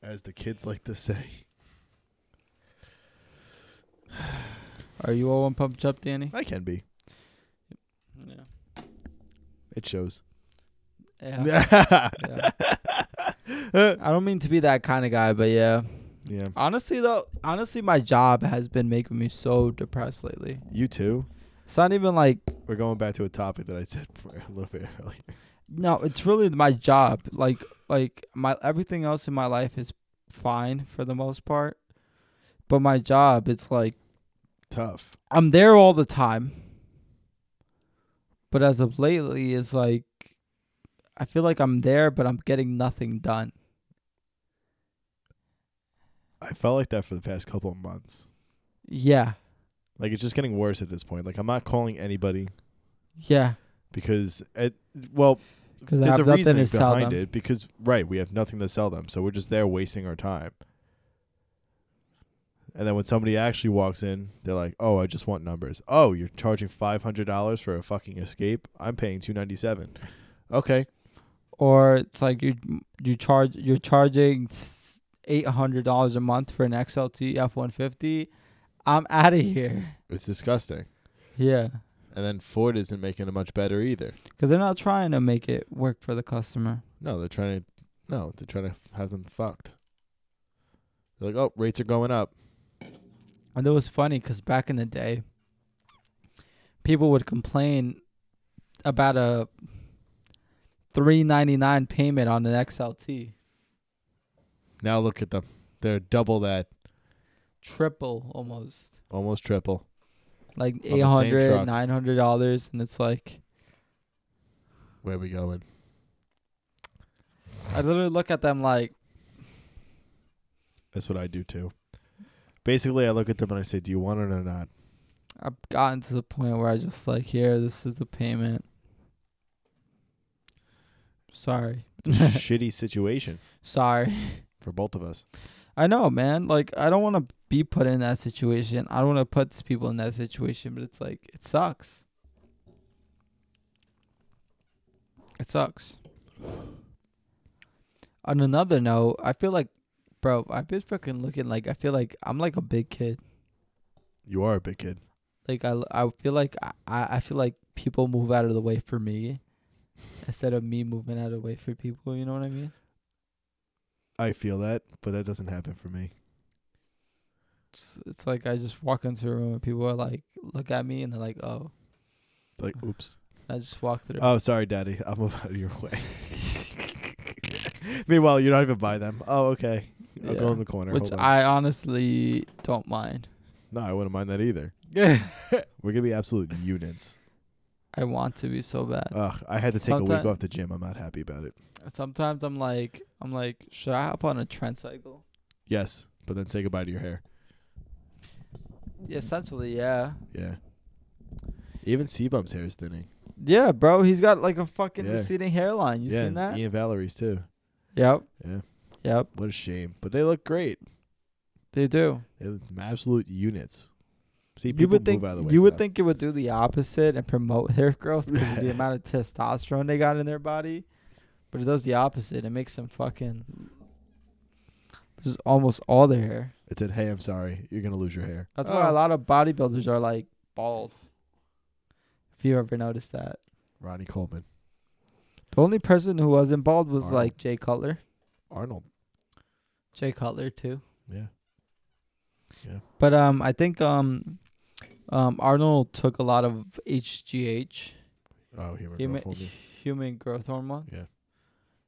[SPEAKER 2] As the kids like to say,
[SPEAKER 1] Are you a one pump chump, Danny?
[SPEAKER 2] I can be.
[SPEAKER 1] Yeah.
[SPEAKER 2] It shows.
[SPEAKER 1] yeah.
[SPEAKER 2] <laughs> Yeah.
[SPEAKER 1] I don't mean to be that kind of guy, but yeah. Honestly though, honestly my job has been making me so depressed lately.
[SPEAKER 2] You too.
[SPEAKER 1] It's not even like
[SPEAKER 2] We're going back to a topic that I said <laughs> for a little bit earlier.
[SPEAKER 1] no, it's really my job. Like like my everything else in my life is fine for the most part. But my job, it's like
[SPEAKER 2] Tough.
[SPEAKER 1] I'm there all the time. But as of lately, it's like I feel like I'm there, but I'm getting nothing done.
[SPEAKER 2] I felt like that for the past couple of months.
[SPEAKER 1] Yeah,
[SPEAKER 2] Like it's just getting worse at this point. Like I'm not calling anybody
[SPEAKER 1] yeah.
[SPEAKER 2] because it. Well,
[SPEAKER 1] Because I
[SPEAKER 2] there's
[SPEAKER 1] have nothing
[SPEAKER 2] a reason
[SPEAKER 1] to
[SPEAKER 2] behind
[SPEAKER 1] sell them.
[SPEAKER 2] it because right, we have nothing to sell them, so we're just there wasting our time. And then when somebody actually walks in, they're like, "Oh, I just want numbers. Oh, you're charging five hundred dollars for a fucking escape. I'm paying two ninety seven. Okay,
[SPEAKER 1] Or it's like you you charge you're charging eight hundred dollars a month for an XLT F one fifty. I'm out of here.
[SPEAKER 2] it's disgusting.
[SPEAKER 1] Yeah,
[SPEAKER 2] And then Ford isn't making it much better either.
[SPEAKER 1] because they're not trying to make it work for the customer.
[SPEAKER 2] No, they're trying to. No, they're trying to have them fucked. They're like, "Oh, rates are going up.
[SPEAKER 1] And it was funny because back in the day, people would complain about a three ninety nine payment on an XLT,
[SPEAKER 2] Now look at them. They're double that,
[SPEAKER 1] triple almost,
[SPEAKER 2] almost triple.
[SPEAKER 1] like
[SPEAKER 2] same
[SPEAKER 1] eight hundred,
[SPEAKER 2] truck.
[SPEAKER 1] nine hundred dollars, and it's like
[SPEAKER 2] Where we going?
[SPEAKER 1] I literally look at them like,
[SPEAKER 2] That's what I do too. Basically, I look at them and I say, "Do you want it or not?"
[SPEAKER 1] I've gotten to the point where I just like, here, this is the payment. Sorry,
[SPEAKER 2] It's a
[SPEAKER 1] <laughs>
[SPEAKER 2] shitty situation
[SPEAKER 1] Sorry.
[SPEAKER 2] for both of us.
[SPEAKER 1] I know, man. Like I don't want to be put in that situation. I don't want to put these people in that situation, but it's like it sucks. It sucks. On another note, I feel like, bro, I've been fucking looking like I feel like I'm like a big kid.
[SPEAKER 2] You are a big kid.
[SPEAKER 1] Like I, I feel like I, I feel like people move out of the way for me, instead of me moving out of the way for people. You know what I mean?
[SPEAKER 2] I feel that, but that doesn't happen for me.
[SPEAKER 1] It's, it's like I just walk into a room and people are like look at me and they're like, oh.
[SPEAKER 2] Like, oops.
[SPEAKER 1] I just walk through.
[SPEAKER 2] <laughs> Oh, sorry, Daddy. <laughs> I'll move out of your way. Meanwhile, you're not even by them. Oh, okay. I'll go
[SPEAKER 1] Yeah.
[SPEAKER 2] in the corner.
[SPEAKER 1] which
[SPEAKER 2] Hold on.
[SPEAKER 1] I honestly don't
[SPEAKER 2] <laughs>
[SPEAKER 1] mind.
[SPEAKER 2] no, I wouldn't mind that either.
[SPEAKER 1] I
[SPEAKER 2] We're gonna be absolute units.
[SPEAKER 1] want to be so bad.
[SPEAKER 2] Ugh, I had to take a week
[SPEAKER 1] Sometime-
[SPEAKER 2] off the gym. I'm not happy about it.
[SPEAKER 1] Sometimes I'm like, I'm like, should I hop on a trend cycle?
[SPEAKER 2] Yes, but then say goodbye to your hair.
[SPEAKER 1] Yeah, essentially, yeah.
[SPEAKER 2] Yeah. Even Seabum's hair is thinning.
[SPEAKER 1] Yeah, bro, he's got like a fucking
[SPEAKER 2] Yeah.
[SPEAKER 1] receding hairline. You
[SPEAKER 2] yeah,
[SPEAKER 1] seen that?
[SPEAKER 2] Ian Valerie's too.
[SPEAKER 1] Yep.
[SPEAKER 2] Yeah.
[SPEAKER 1] Yep.
[SPEAKER 2] What a shame. But they look great.
[SPEAKER 1] They do.
[SPEAKER 2] They look absolute units. See, people
[SPEAKER 1] you would think
[SPEAKER 2] move out of the way.
[SPEAKER 1] you
[SPEAKER 2] for
[SPEAKER 1] would
[SPEAKER 2] that.
[SPEAKER 1] think it would do the opposite and promote <laughs> hair growth because of
[SPEAKER 2] <laughs>
[SPEAKER 1] the amount of testosterone they got in their body, but it does the opposite. It makes them fucking lose almost all their hair.
[SPEAKER 2] it said, "Hey, I'm sorry. You're gonna lose your hair."
[SPEAKER 1] That's why a
[SPEAKER 2] Oh,
[SPEAKER 1] lot of bodybuilders are like bald. If you ever noticed that,
[SPEAKER 2] Ronnie Coleman,
[SPEAKER 1] the only person who wasn't bald was
[SPEAKER 2] Arnold.
[SPEAKER 1] like Jay Cutler.
[SPEAKER 2] Arnold.
[SPEAKER 1] Jay Cutler too.
[SPEAKER 2] Yeah.
[SPEAKER 1] But um, I think um, um, Arnold took a lot of HGH,
[SPEAKER 2] Oh,
[SPEAKER 1] human
[SPEAKER 2] human, growth
[SPEAKER 1] <laughs>
[SPEAKER 2] hormone.
[SPEAKER 1] human growth hormone.
[SPEAKER 2] Yeah.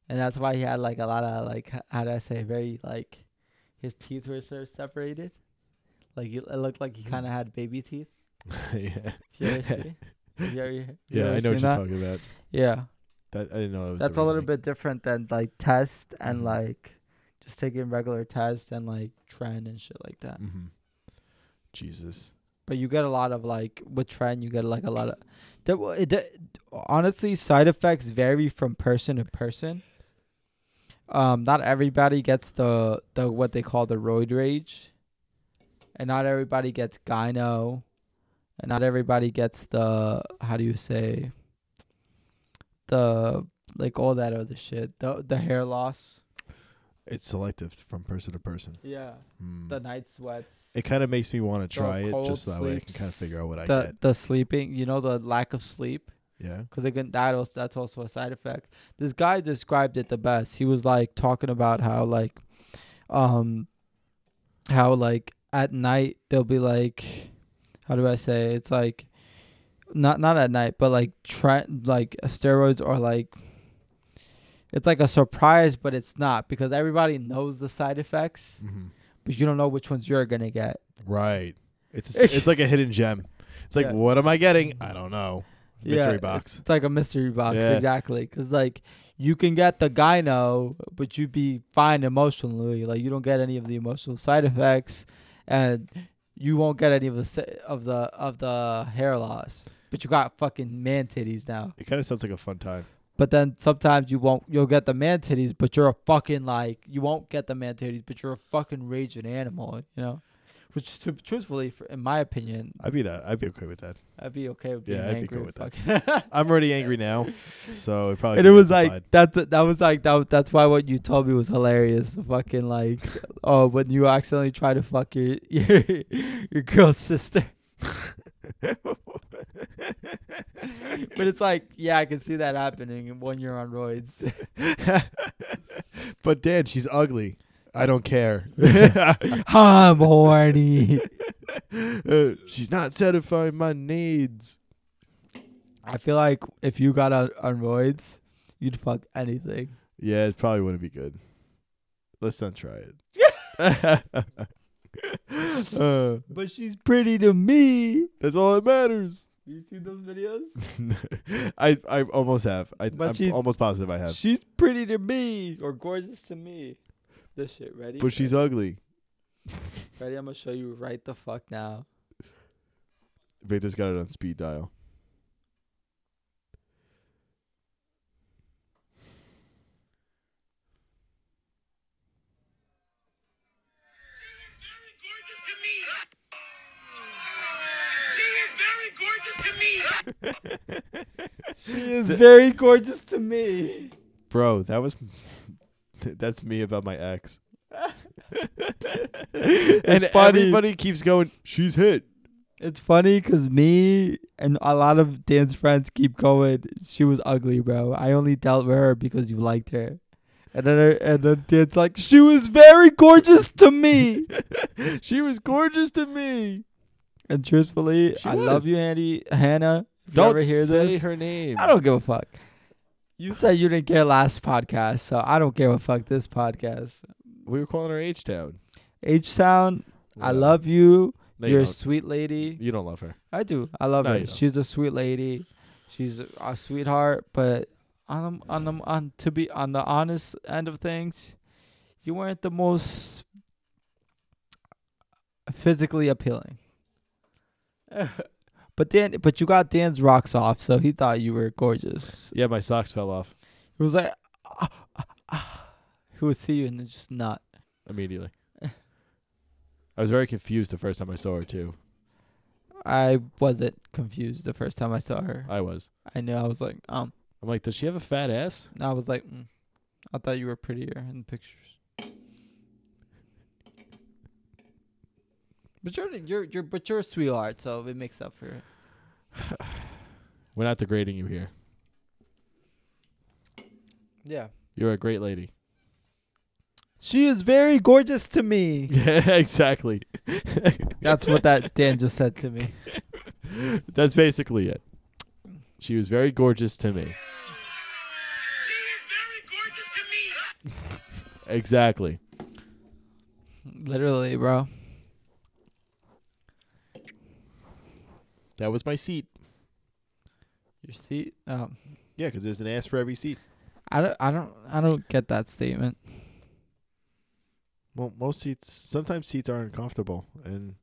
[SPEAKER 1] and that's why he had like a lot of like h- how do I say very like his teeth were sort of separated. Like he- it looked like he kind of had baby teeth.
[SPEAKER 2] <laughs> yeah.
[SPEAKER 1] If you ever <laughs> see, if you ever, you
[SPEAKER 2] Yeah,
[SPEAKER 1] ever
[SPEAKER 2] I know
[SPEAKER 1] seen
[SPEAKER 2] what you're
[SPEAKER 1] that?
[SPEAKER 2] talking about.
[SPEAKER 1] Yeah.
[SPEAKER 2] That I didn't know that was. the
[SPEAKER 1] That's a little
[SPEAKER 2] reasoning.
[SPEAKER 1] bit different than like test and
[SPEAKER 2] Mhm.
[SPEAKER 1] like just taking regular tests and like trend and shit like that.
[SPEAKER 2] Mhm. Jesus.
[SPEAKER 1] But you get a lot of like with trend, you get like a lot of. That, wa- it, that, honestly, side effects vary from person to person. Um, not everybody gets the the what they call the roid rage, and not everybody gets gyno, and not everybody gets the how do you say. The like all that other shit, the the hair loss.
[SPEAKER 2] It's selective from person to person.
[SPEAKER 1] Yeah,
[SPEAKER 2] Hmm.
[SPEAKER 1] the night sweats.
[SPEAKER 2] it kind of makes me want to try it
[SPEAKER 1] cold
[SPEAKER 2] just so that way I can kind of
[SPEAKER 1] sleeps,
[SPEAKER 2] figure out what I
[SPEAKER 1] the
[SPEAKER 2] get.
[SPEAKER 1] the sleeping, you know, the lack of sleep,
[SPEAKER 2] Yeah.
[SPEAKER 1] because again, that also, that's also a side effect. This guy described it the best. He was like talking about how like, um, how like at night they'll be like, how do I say? It's like, not not at night, but like tra- like steroids or like. It's like a surprise, but it's not because everybody knows the side effects,
[SPEAKER 2] hmm
[SPEAKER 1] but you don't know which ones you're gonna get.
[SPEAKER 2] Right.
[SPEAKER 1] <laughs>
[SPEAKER 2] It's a s it's like a hidden gem. It's like
[SPEAKER 1] Yeah.
[SPEAKER 2] what am I getting? I don't know. It's a mystery
[SPEAKER 1] Yeah,
[SPEAKER 2] box.
[SPEAKER 1] It's like a mystery box,
[SPEAKER 2] Yeah.
[SPEAKER 1] exactly. Because like you can get the gyno, but you'd be fine emotionally. Like you don't get any of the emotional side effects, and you won't get any of the se- of the of the hair loss. But you got fucking man titties now.
[SPEAKER 2] It kind of sounds like a fun time.
[SPEAKER 1] But then sometimes you won't. You'll get the man titties, but you're a fucking like you won't get the man titties, but you're a fucking raging animal. You know. Which, to, truthfully, for, in my opinion,
[SPEAKER 2] I'd be that. I'd be okay with that.
[SPEAKER 1] I'd be okay with
[SPEAKER 2] Yeah,
[SPEAKER 1] being
[SPEAKER 2] I'd be
[SPEAKER 1] angry.
[SPEAKER 2] good with that.
[SPEAKER 1] fucking- <laughs>
[SPEAKER 2] I'm already angry now, so it probably.
[SPEAKER 1] and it
[SPEAKER 2] be
[SPEAKER 1] was like
[SPEAKER 2] justified.
[SPEAKER 1] that. That was like that. That's why what you told me was hilarious. The fucking like, oh, when you accidentally try to fuck your <laughs> your your girl's sister. But it's like, yeah, I can see that happening when you're on roids. <laughs>
[SPEAKER 2] <laughs> but Dan, she's ugly. I
[SPEAKER 1] <laughs>
[SPEAKER 2] don't care. <laughs> Uh,
[SPEAKER 1] I'm horny.
[SPEAKER 2] she's not satisfying my needs.
[SPEAKER 1] I feel like if you got on, on roids, you'd fuck anything.
[SPEAKER 2] Yeah, it probably wouldn't be good. Let's not try it.
[SPEAKER 1] <laughs>
[SPEAKER 2] <laughs> Uh,
[SPEAKER 1] But she's pretty to me.
[SPEAKER 2] that's all that matters.
[SPEAKER 1] You see those videos?
[SPEAKER 2] <laughs> I I almost have. I,
[SPEAKER 1] But
[SPEAKER 2] I'm
[SPEAKER 1] she-
[SPEAKER 2] almost positive I have.
[SPEAKER 1] She's pretty to me or gorgeous to me. This shit, ready?
[SPEAKER 2] But she's ugly.
[SPEAKER 1] ready. I'm gonna show you right the fuck now.
[SPEAKER 2] Victor's got it on speed <laughs> dial.
[SPEAKER 1] she is
[SPEAKER 2] The-
[SPEAKER 1] very gorgeous to me. <laughs>
[SPEAKER 2] Bro, that was <laughs> that's me about my ex. <laughs> and
[SPEAKER 1] funny.
[SPEAKER 2] everybody keeps going, she's hit.
[SPEAKER 1] It's funny because me and a lot of Dan's friends keep going. She was ugly, bro. I only dealt with her because you liked her. And then, and then Dan's like, she was very gorgeous to <laughs> me.
[SPEAKER 2] She was gorgeous to me.
[SPEAKER 1] and truthfully,
[SPEAKER 2] She
[SPEAKER 1] I love
[SPEAKER 2] was.
[SPEAKER 1] you, Andy, Hannah. If you
[SPEAKER 2] Don't
[SPEAKER 1] ever hear
[SPEAKER 2] say
[SPEAKER 1] this,
[SPEAKER 2] her name.
[SPEAKER 1] I don't give a fuck. You said you didn't care last podcast, so I don't give a fuck this podcast.
[SPEAKER 2] We were calling her H Town.
[SPEAKER 1] H Town, I love you.
[SPEAKER 2] no,
[SPEAKER 1] You're
[SPEAKER 2] you,
[SPEAKER 1] a
[SPEAKER 2] don't.
[SPEAKER 1] sweet lady.
[SPEAKER 2] you don't love her.
[SPEAKER 1] I do. I love
[SPEAKER 2] No,
[SPEAKER 1] her.
[SPEAKER 2] you don't.
[SPEAKER 1] She's a sweet lady. She's a, a sweetheart. But on the- on the- on to be on the honest end of things, you weren't the most physically
[SPEAKER 2] <laughs>
[SPEAKER 1] appealing. but Dan, but you got Dan's rocks off, so he thought you were gorgeous.
[SPEAKER 2] Yeah, my socks fell off
[SPEAKER 1] It was like, <sighs> ah, ah, ah. he would see you and then just not.
[SPEAKER 2] immediately. <laughs> I was very confused the first time I saw her too.
[SPEAKER 1] I wasn't confused the first time I saw her.
[SPEAKER 2] I was.
[SPEAKER 1] I knew I was like, um,
[SPEAKER 2] I'm like, does she have a fat ass?
[SPEAKER 1] And I was like, mm, I thought you were prettier in pictures. But you're you're you're but you're a sweetheart, so it makes up for it.
[SPEAKER 2] We're not degrading you here.
[SPEAKER 1] Yeah.
[SPEAKER 2] You're a great <laughs> lady.
[SPEAKER 1] She is very gorgeous to me.
[SPEAKER 2] Yeah, exactly.
[SPEAKER 1] <laughs> That's what that Dan just said to me.
[SPEAKER 2] That's basically it. She was very gorgeous to me.
[SPEAKER 3] She is very gorgeous to me.
[SPEAKER 2] Exactly.
[SPEAKER 1] Literally, bro.
[SPEAKER 2] That was my seat.
[SPEAKER 1] Your seat. Um,
[SPEAKER 2] Yeah, because there's an ass for every seat.
[SPEAKER 1] I don't I don't I don't get that statement.
[SPEAKER 2] Well, most seats, sometimes seats are uncomfortable, and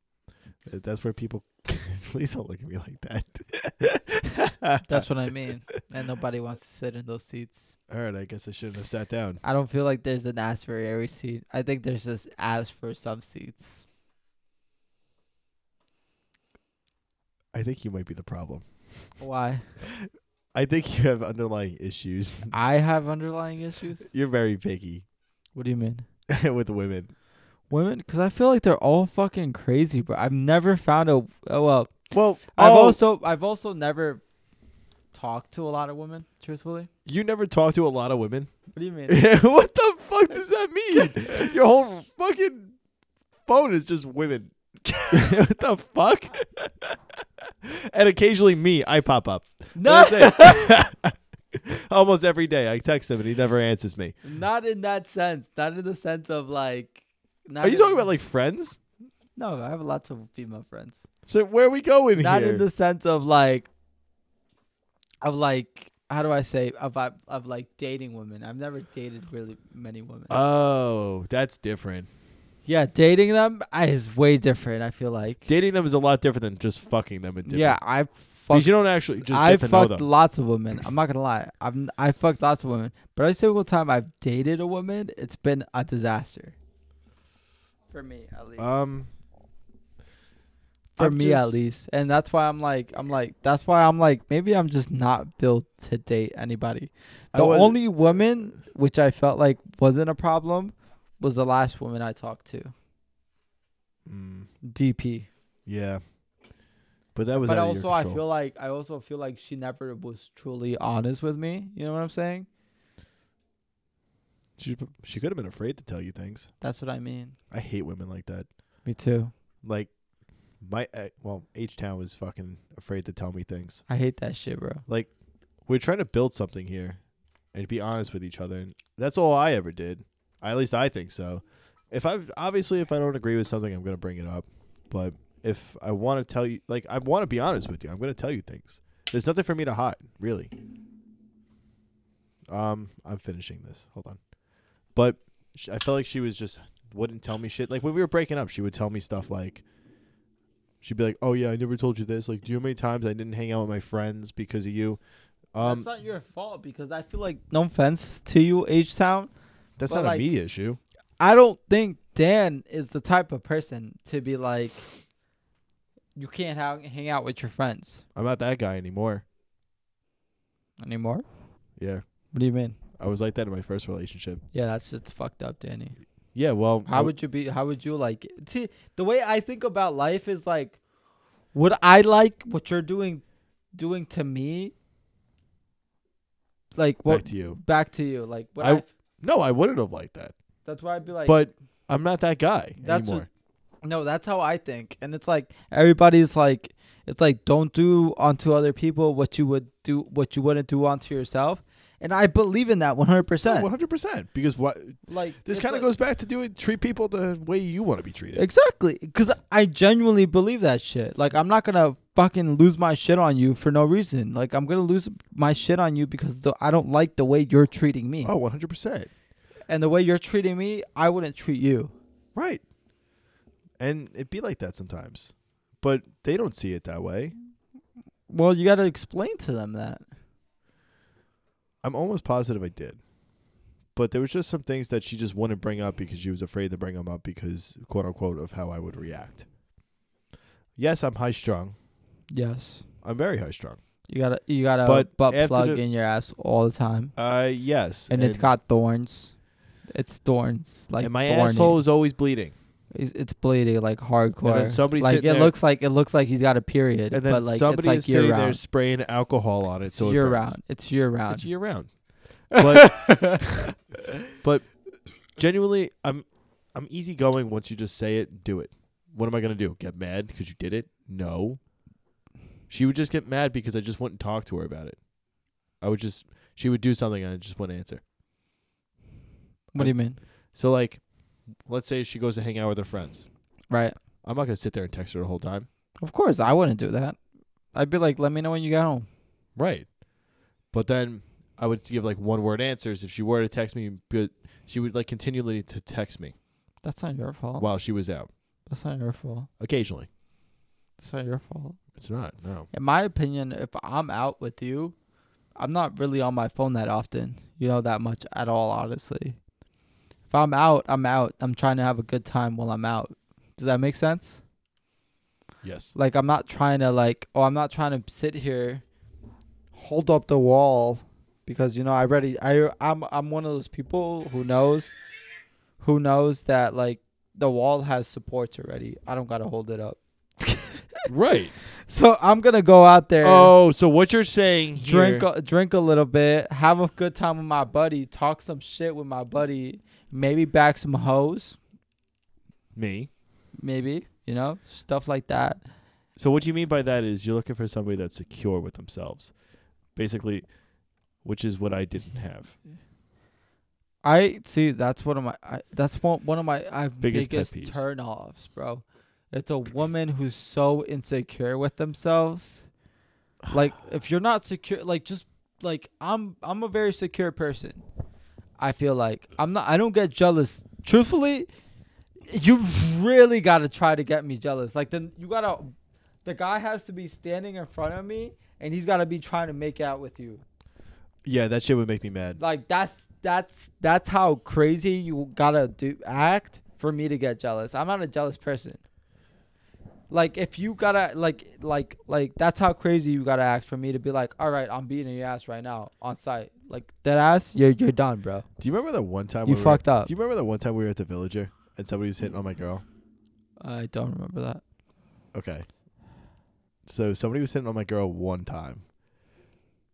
[SPEAKER 2] that's where people. <laughs> Please don't look at me like that. <laughs>
[SPEAKER 1] That's what I <laughs> mean. And nobody wants to sit in those seats.
[SPEAKER 2] All right, I guess I shouldn't have sat down.
[SPEAKER 1] I don't feel like there's an ass for every seat. I think there's just ass for some seats.
[SPEAKER 2] I think you might be the problem.
[SPEAKER 1] Why?
[SPEAKER 2] I think you have underlying issues. <laughs>
[SPEAKER 1] I have underlying issues.
[SPEAKER 2] You're very picky <laughs>
[SPEAKER 1] What do you mean?
[SPEAKER 2] with women.
[SPEAKER 1] Women? Because I feel like they're all fucking crazy, bro. I've never found a oh, well.
[SPEAKER 2] Well,
[SPEAKER 1] I've
[SPEAKER 2] oh,
[SPEAKER 1] also I've also never talked to a lot of women. Truthfully,
[SPEAKER 2] you never talk to a lot of women.
[SPEAKER 1] what do you
[SPEAKER 2] <laughs>
[SPEAKER 1] mean?
[SPEAKER 2] what the fuck does
[SPEAKER 1] <laughs>
[SPEAKER 2] that mean? Your whole fucking phone is just women. <laughs> what the fuck? <laughs> and occasionally me, I
[SPEAKER 1] <laughs>
[SPEAKER 2] pop up. But That's it. <laughs> Almost every day I text him and he never answers me.
[SPEAKER 1] not in that sense. Not in the sense of like. Not
[SPEAKER 2] Are you
[SPEAKER 1] in-
[SPEAKER 2] talking about like friends?
[SPEAKER 1] No, I have lots of female
[SPEAKER 2] <laughs>
[SPEAKER 1] friends.
[SPEAKER 2] So where are we going
[SPEAKER 1] Not
[SPEAKER 2] here?
[SPEAKER 1] in the sense of like. Of like, how do I say of of, of like dating women? I've never dated really many women.
[SPEAKER 2] oh, that's different.
[SPEAKER 1] yeah, dating them I, is way different. I feel like.
[SPEAKER 2] Dating them is a lot different than just fucking them. And
[SPEAKER 1] Yeah, I fucked.
[SPEAKER 2] you don't actually just
[SPEAKER 1] I
[SPEAKER 2] get to know
[SPEAKER 1] fucked
[SPEAKER 2] them.
[SPEAKER 1] lots of women. I'm not gonna lie. I'm I fucked lots of women, but every single time I've dated a woman, it's been a disaster. For me, at least.
[SPEAKER 2] Um.
[SPEAKER 1] For
[SPEAKER 2] I'm
[SPEAKER 1] me, at
[SPEAKER 2] just-
[SPEAKER 1] least, and that's why I'm like, I'm like, that's why I'm like, maybe I'm just not built to date anybody.
[SPEAKER 2] I
[SPEAKER 1] The
[SPEAKER 2] was-
[SPEAKER 1] only woman which I felt like wasn't a problem was the last woman I talked to,
[SPEAKER 2] Mm,
[SPEAKER 1] DP.
[SPEAKER 2] yeah. But that was.
[SPEAKER 1] but
[SPEAKER 2] out of your
[SPEAKER 1] also I
[SPEAKER 2] control.
[SPEAKER 1] feel like I also feel like she never was truly honest with me. You know what I'm saying?
[SPEAKER 2] She p- she could have been afraid to tell you things.
[SPEAKER 1] That's what I mean.
[SPEAKER 2] I hate women like that.
[SPEAKER 1] Me too.
[SPEAKER 2] Like my uh, well, H Town was fucking afraid to tell me things.
[SPEAKER 1] I hate that shit, bro.
[SPEAKER 2] We're trying to build something here and be honest with each other, and that's all I ever did. I, at least I think so. If I obviously if I don't agree with something, I'm gonna bring it up. But if I want to tell you, like I want to be honest with you, I'm gonna tell you things. There's nothing for me to hide, really. Um, I'm finishing this. Hold on. But sh- I felt like she was just wouldn't tell me shit. Like when we were breaking up, she would tell me stuff like she'd be like, "Oh yeah, I never told you this. Like, do you know how many times I didn't hang out with my friends because of you?" Um,
[SPEAKER 1] that's not your fault because I feel like no offense to you, H Town.
[SPEAKER 2] that's
[SPEAKER 1] but,
[SPEAKER 2] not
[SPEAKER 1] like-
[SPEAKER 2] a me issue.
[SPEAKER 1] I don't think Dan is the type of person to be like you can't hang hang out with your friends
[SPEAKER 2] I'm not that guy anymore.
[SPEAKER 1] anymore.
[SPEAKER 2] Yeah.
[SPEAKER 1] What do you mean?
[SPEAKER 2] I was like that in my first relationship.
[SPEAKER 1] Yeah, that's it's fucked up, Danny.
[SPEAKER 2] Yeah, well, I
[SPEAKER 1] How would you be? How would you like? See, the way I think about life is like, would I like what you're doing, doing to me? Like
[SPEAKER 2] back
[SPEAKER 1] what?
[SPEAKER 2] to you.
[SPEAKER 1] back to you. Like what?
[SPEAKER 2] I-
[SPEAKER 1] I,
[SPEAKER 2] No, I wouldn't have liked that.
[SPEAKER 1] that's why I'd be like.
[SPEAKER 2] but I'm not that guy
[SPEAKER 1] That's
[SPEAKER 2] anymore.
[SPEAKER 1] No, that's how I think. And it's like everybody's like it's like don't do onto other people what you would do what you wouldn't do onto yourself. And I believe in that 100%.
[SPEAKER 2] One hundred percent. Because what
[SPEAKER 1] Like
[SPEAKER 2] this
[SPEAKER 1] it's
[SPEAKER 2] kind of
[SPEAKER 1] like-
[SPEAKER 2] goes back to doing treat people the way you want to be treated.
[SPEAKER 1] Exactly, cuz I genuinely believe that shit. Like I'm not going to fucking lose my shit on you for no reason. Like I'm going to lose my shit on you because the, I don't like the way you're treating me.
[SPEAKER 2] Oh, one hundred percent.
[SPEAKER 1] And the way you're treating me, I wouldn't treat you.
[SPEAKER 2] Right. And it be like that sometimes, but they don't see it that way.
[SPEAKER 1] Well, you got to explain to them that.
[SPEAKER 2] I'm almost positive I did, but there was just some things that she just wouldn't bring up because she was afraid to bring them up because quote unquote of how I would react. Yes, I'm high strung.
[SPEAKER 1] Yes.
[SPEAKER 2] I'm very high strung.
[SPEAKER 1] You got to you got to
[SPEAKER 2] But
[SPEAKER 1] butt
[SPEAKER 2] after
[SPEAKER 1] plug
[SPEAKER 2] the-
[SPEAKER 1] in your ass all the time.
[SPEAKER 2] Uh, yes,
[SPEAKER 1] and, it's got thorns. It's thorns, like
[SPEAKER 2] and my
[SPEAKER 1] thorny.
[SPEAKER 2] asshole is always bleeding.
[SPEAKER 1] It's, it's bleeding like hardcore.
[SPEAKER 2] somebody's
[SPEAKER 1] like it
[SPEAKER 2] sitting there-
[SPEAKER 1] looks like it looks like he's got a period,
[SPEAKER 2] and then
[SPEAKER 1] but like
[SPEAKER 2] somebody
[SPEAKER 1] it's like
[SPEAKER 2] is
[SPEAKER 1] year
[SPEAKER 2] sitting
[SPEAKER 1] round.
[SPEAKER 2] there spraying alcohol on it,
[SPEAKER 1] it's
[SPEAKER 2] so it
[SPEAKER 1] year
[SPEAKER 2] burns.
[SPEAKER 1] round. It's year round.
[SPEAKER 2] It's year round. But, <laughs> but genuinely, I'm I'm easygoing once you just say it, and do it. What am I gonna do? Get mad because you did it? No. She would just get mad because I just wouldn't talk to her about it. I would just she would do something and I just wouldn't answer.
[SPEAKER 1] what do you mean?
[SPEAKER 2] So like, let's say she goes to hang out with her friends.
[SPEAKER 1] Right.
[SPEAKER 2] I'm not gonna sit there and text her the whole time.
[SPEAKER 1] Of course, I wouldn't do that. I'd be like, let me know when you get home.
[SPEAKER 2] Right. But then I would give like one word answers if she were to text me, but she would like continually to text me
[SPEAKER 1] That's not your fault.
[SPEAKER 2] while she was out.
[SPEAKER 1] That's not your fault.
[SPEAKER 2] Occasionally.
[SPEAKER 1] That's not your fault.
[SPEAKER 2] It's not, no.
[SPEAKER 1] In my opinion, if I'm out with you, I'm not really on my phone that often. You know that much at all, honestly. If I'm out, I'm out. I'm trying to have a good time while I'm out. Does that make sense?
[SPEAKER 2] Yes.
[SPEAKER 1] Like I'm not trying to like oh I'm not trying to sit here hold up the wall because you know I already I I'm I'm one of those people who knows who knows that like the wall has supports already. I don't got to hold it up.
[SPEAKER 2] <laughs> right.
[SPEAKER 1] So I'm going to go out there
[SPEAKER 2] Oh, so what you're saying
[SPEAKER 1] drink
[SPEAKER 2] here-
[SPEAKER 1] a, drink a little bit, have a good time with my buddy, talk some shit with my buddy, maybe back some hoes,
[SPEAKER 2] me.
[SPEAKER 1] maybe you know stuff like that.
[SPEAKER 2] So what you mean by that is you're looking for somebody that's secure with themselves. Basically, which is what I didn't have.
[SPEAKER 1] I see. That's one of my. I, that's one one of my I
[SPEAKER 2] Biggest
[SPEAKER 1] biggest,
[SPEAKER 2] pet peeves.
[SPEAKER 1] turnoffs, bro. It's a woman who's so insecure with themselves.
[SPEAKER 2] <sighs>
[SPEAKER 1] Like if you're not secure, like just like I'm. I'm a very secure person. I feel like I'm not. I don't get jealous. Truthfully, you've really got to try to get me jealous. Like then you gotta. The guy has to be standing in front of me, and he's got to be trying to make out with you
[SPEAKER 2] Yeah, that shit would make me mad.
[SPEAKER 1] like that's that's that's how crazy you gotta do act for me to get jealous. I'm not a jealous person. Like if you gotta like like like that's how crazy you gotta act for me to be like, all right, I'm beating your ass right now on site. Like that ass, you're you're done, bro.
[SPEAKER 2] Do you remember that one time
[SPEAKER 1] You
[SPEAKER 2] we were-
[SPEAKER 1] fucked up.
[SPEAKER 2] Do you remember that one time we were at the villager and somebody was hitting on my girl?
[SPEAKER 1] I don't remember that.
[SPEAKER 2] Okay. So somebody was hitting on my girl one time,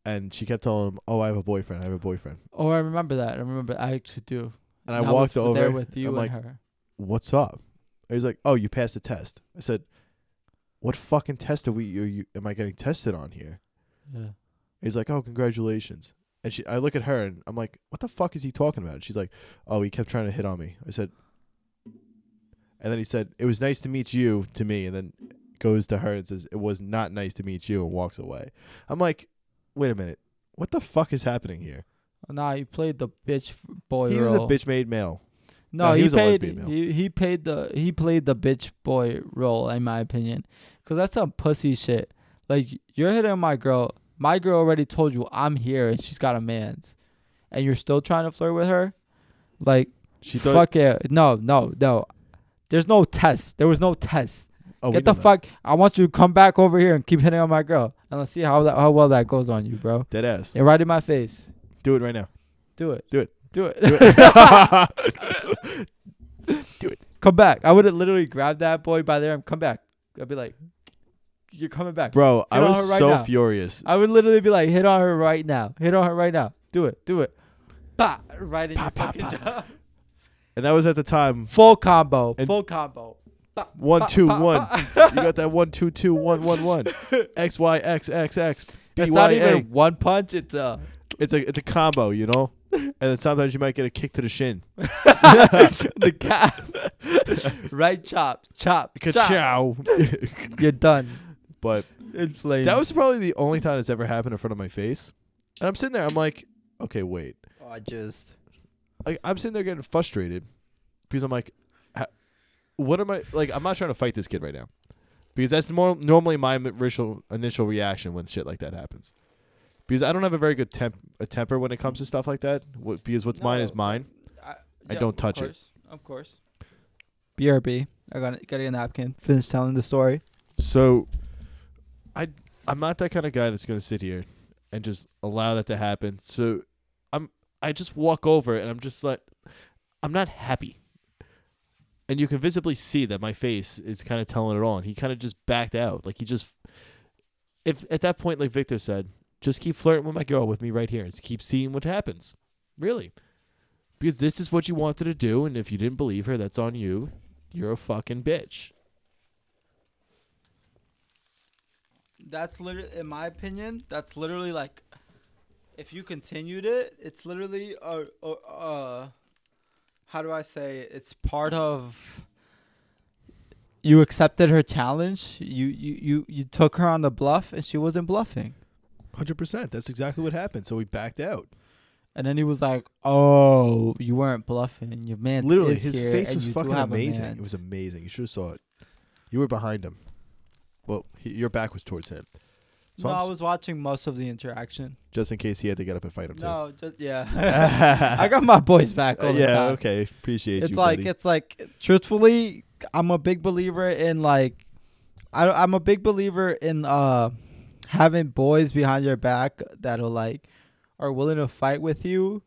[SPEAKER 2] and she kept telling him, "Oh, I have a boyfriend. I have a boyfriend."
[SPEAKER 1] Oh, I remember that. I remember. I actually do.
[SPEAKER 2] And I walked over
[SPEAKER 1] there with you
[SPEAKER 2] I'm
[SPEAKER 1] and
[SPEAKER 2] like,
[SPEAKER 1] her.
[SPEAKER 2] "What's up?" And he's like, "Oh, you passed the test." I said, "What fucking test are we? You, you am I getting tested on here?"
[SPEAKER 1] Yeah.
[SPEAKER 2] He's like, "Oh, congratulations." And she, I look at her and I'm like, "What the fuck is he talking about?" And she's like, "Oh, he kept trying to hit on me." I said, and then he said, "It was nice to meet you." To me, and then goes to her and says, "It was not nice to meet you," and walks away. I'm like, "Wait a minute, what the fuck is happening here?"
[SPEAKER 1] Nah, you played the bitch boy
[SPEAKER 2] he
[SPEAKER 1] role.
[SPEAKER 2] was a bitch made male.
[SPEAKER 1] No,
[SPEAKER 2] No, he
[SPEAKER 1] he,
[SPEAKER 2] was a
[SPEAKER 1] paid.
[SPEAKER 2] lesbian male.
[SPEAKER 1] He he paid the he played the bitch boy role in my opinion, cause that's some pussy shit. Like you're hitting on my girl. My girl already told you I'm here and she's got a man's, and you're still trying to flirt with her. Like
[SPEAKER 2] She thought,
[SPEAKER 1] fuck it. No, no, no. There's no test. There was no test.
[SPEAKER 2] Oh, we
[SPEAKER 1] Get the
[SPEAKER 2] know that.
[SPEAKER 1] fuck! I want you to come back over here and keep hitting on my girl, and let's see how that how well that goes on you, bro.
[SPEAKER 2] Dead ass.
[SPEAKER 1] And right in my face.
[SPEAKER 2] Do it right now.
[SPEAKER 1] Do it.
[SPEAKER 2] Do it.
[SPEAKER 1] Do it.
[SPEAKER 2] Do
[SPEAKER 1] <laughs>
[SPEAKER 2] it. <laughs>
[SPEAKER 1] come back. I would have literally grabbed that boy by the arm. Come back. I'd be like, you're coming back.
[SPEAKER 2] Bro, I
[SPEAKER 1] Get on
[SPEAKER 2] was
[SPEAKER 1] her right
[SPEAKER 2] so
[SPEAKER 1] now.
[SPEAKER 2] furious.
[SPEAKER 1] I would literally be like, hit on her right now. Hit on her right now. Do it. Do it. Bah, right in
[SPEAKER 2] Pa,
[SPEAKER 1] your
[SPEAKER 2] pa,
[SPEAKER 1] fucking
[SPEAKER 2] pa.
[SPEAKER 1] jaw.
[SPEAKER 2] And that was at the time.
[SPEAKER 1] Full combo.
[SPEAKER 2] And-
[SPEAKER 1] full combo. Bah, bah,
[SPEAKER 2] One, two,
[SPEAKER 1] bah,
[SPEAKER 2] one.
[SPEAKER 1] bah.
[SPEAKER 2] You got that one, two, two, one,
[SPEAKER 1] <laughs>
[SPEAKER 2] one, one. X, Y, X, X, X. B,
[SPEAKER 1] It's not
[SPEAKER 2] Y, A.
[SPEAKER 1] even one punch. It's
[SPEAKER 2] <laughs>
[SPEAKER 1] a.
[SPEAKER 2] It's a it's a combo, you know? And then sometimes you might get a kick to the shin.
[SPEAKER 1] the cat. <laughs> right chop. Chop. Chop.
[SPEAKER 2] Ka-chow.
[SPEAKER 1] You're done.
[SPEAKER 2] <laughs> but
[SPEAKER 1] Inflamed.
[SPEAKER 2] that was probably the only time it's ever happened in front of my face. And I'm sitting there, I'm like, okay, wait.
[SPEAKER 1] Oh, I just.
[SPEAKER 2] Like I'm sitting there getting frustrated because I'm like, ha- what am I like? I'm not trying to fight this kid right now because that's more normally my initial initial reaction when shit like that happens. Because I don't have a very good temp a temper when it comes to stuff like that. What, because what's mine is
[SPEAKER 1] No.
[SPEAKER 2] mine.
[SPEAKER 1] I,
[SPEAKER 2] I don't touch it.
[SPEAKER 1] it. Of course. BRB. I got got a napkin. Finish telling the story.
[SPEAKER 2] So, I I'm not that kind of guy that's gonna sit here and just allow that to happen. So, I'm I just walk over and I'm just like, I'm not happy. And you can visibly see that my face is kind of telling it all. And he kind of just backed out, like he just. If at that point, like Victor said, just keep flirting with my girl with me right here, and just keep seeing what happens. Really, because this is what you wanted to do, and if you didn't believe her, that's on you. You're a fucking bitch.
[SPEAKER 1] That's literally, in my opinion, that's literally like, if you continued it, it's literally a, a, a how do I say? it? It's part of. You accepted her challenge. You you you you took her on the bluff, and she wasn't bluffing.
[SPEAKER 2] Hundred percent. That's exactly what happened. So we backed out.
[SPEAKER 1] And then he was like, "Oh, you weren't bluffing. Your man
[SPEAKER 2] Literally,
[SPEAKER 1] is
[SPEAKER 2] his
[SPEAKER 1] here,
[SPEAKER 2] face
[SPEAKER 1] and
[SPEAKER 2] was
[SPEAKER 1] you do
[SPEAKER 2] fucking
[SPEAKER 1] have a
[SPEAKER 2] amazing.
[SPEAKER 1] man."
[SPEAKER 2] It was amazing. You should have saw it. You were behind him. Well, he, your back was towards him, So
[SPEAKER 1] no,
[SPEAKER 2] I'm
[SPEAKER 1] I
[SPEAKER 2] s-
[SPEAKER 1] was watching most of the interaction.
[SPEAKER 2] just in case he had to get up and fight him <laughs>
[SPEAKER 1] No, just
[SPEAKER 2] too.
[SPEAKER 1] yeah. <laughs> I got my boys back all
[SPEAKER 2] Uh,
[SPEAKER 1] the
[SPEAKER 2] yeah.
[SPEAKER 1] time.
[SPEAKER 2] Okay. Appreciate
[SPEAKER 1] It's
[SPEAKER 2] you.
[SPEAKER 1] like
[SPEAKER 2] buddy.
[SPEAKER 1] it's like truthfully, I'm a big believer in like, I don't- I'm a big believer in uh having boys behind your back that'll like are willing to fight with you.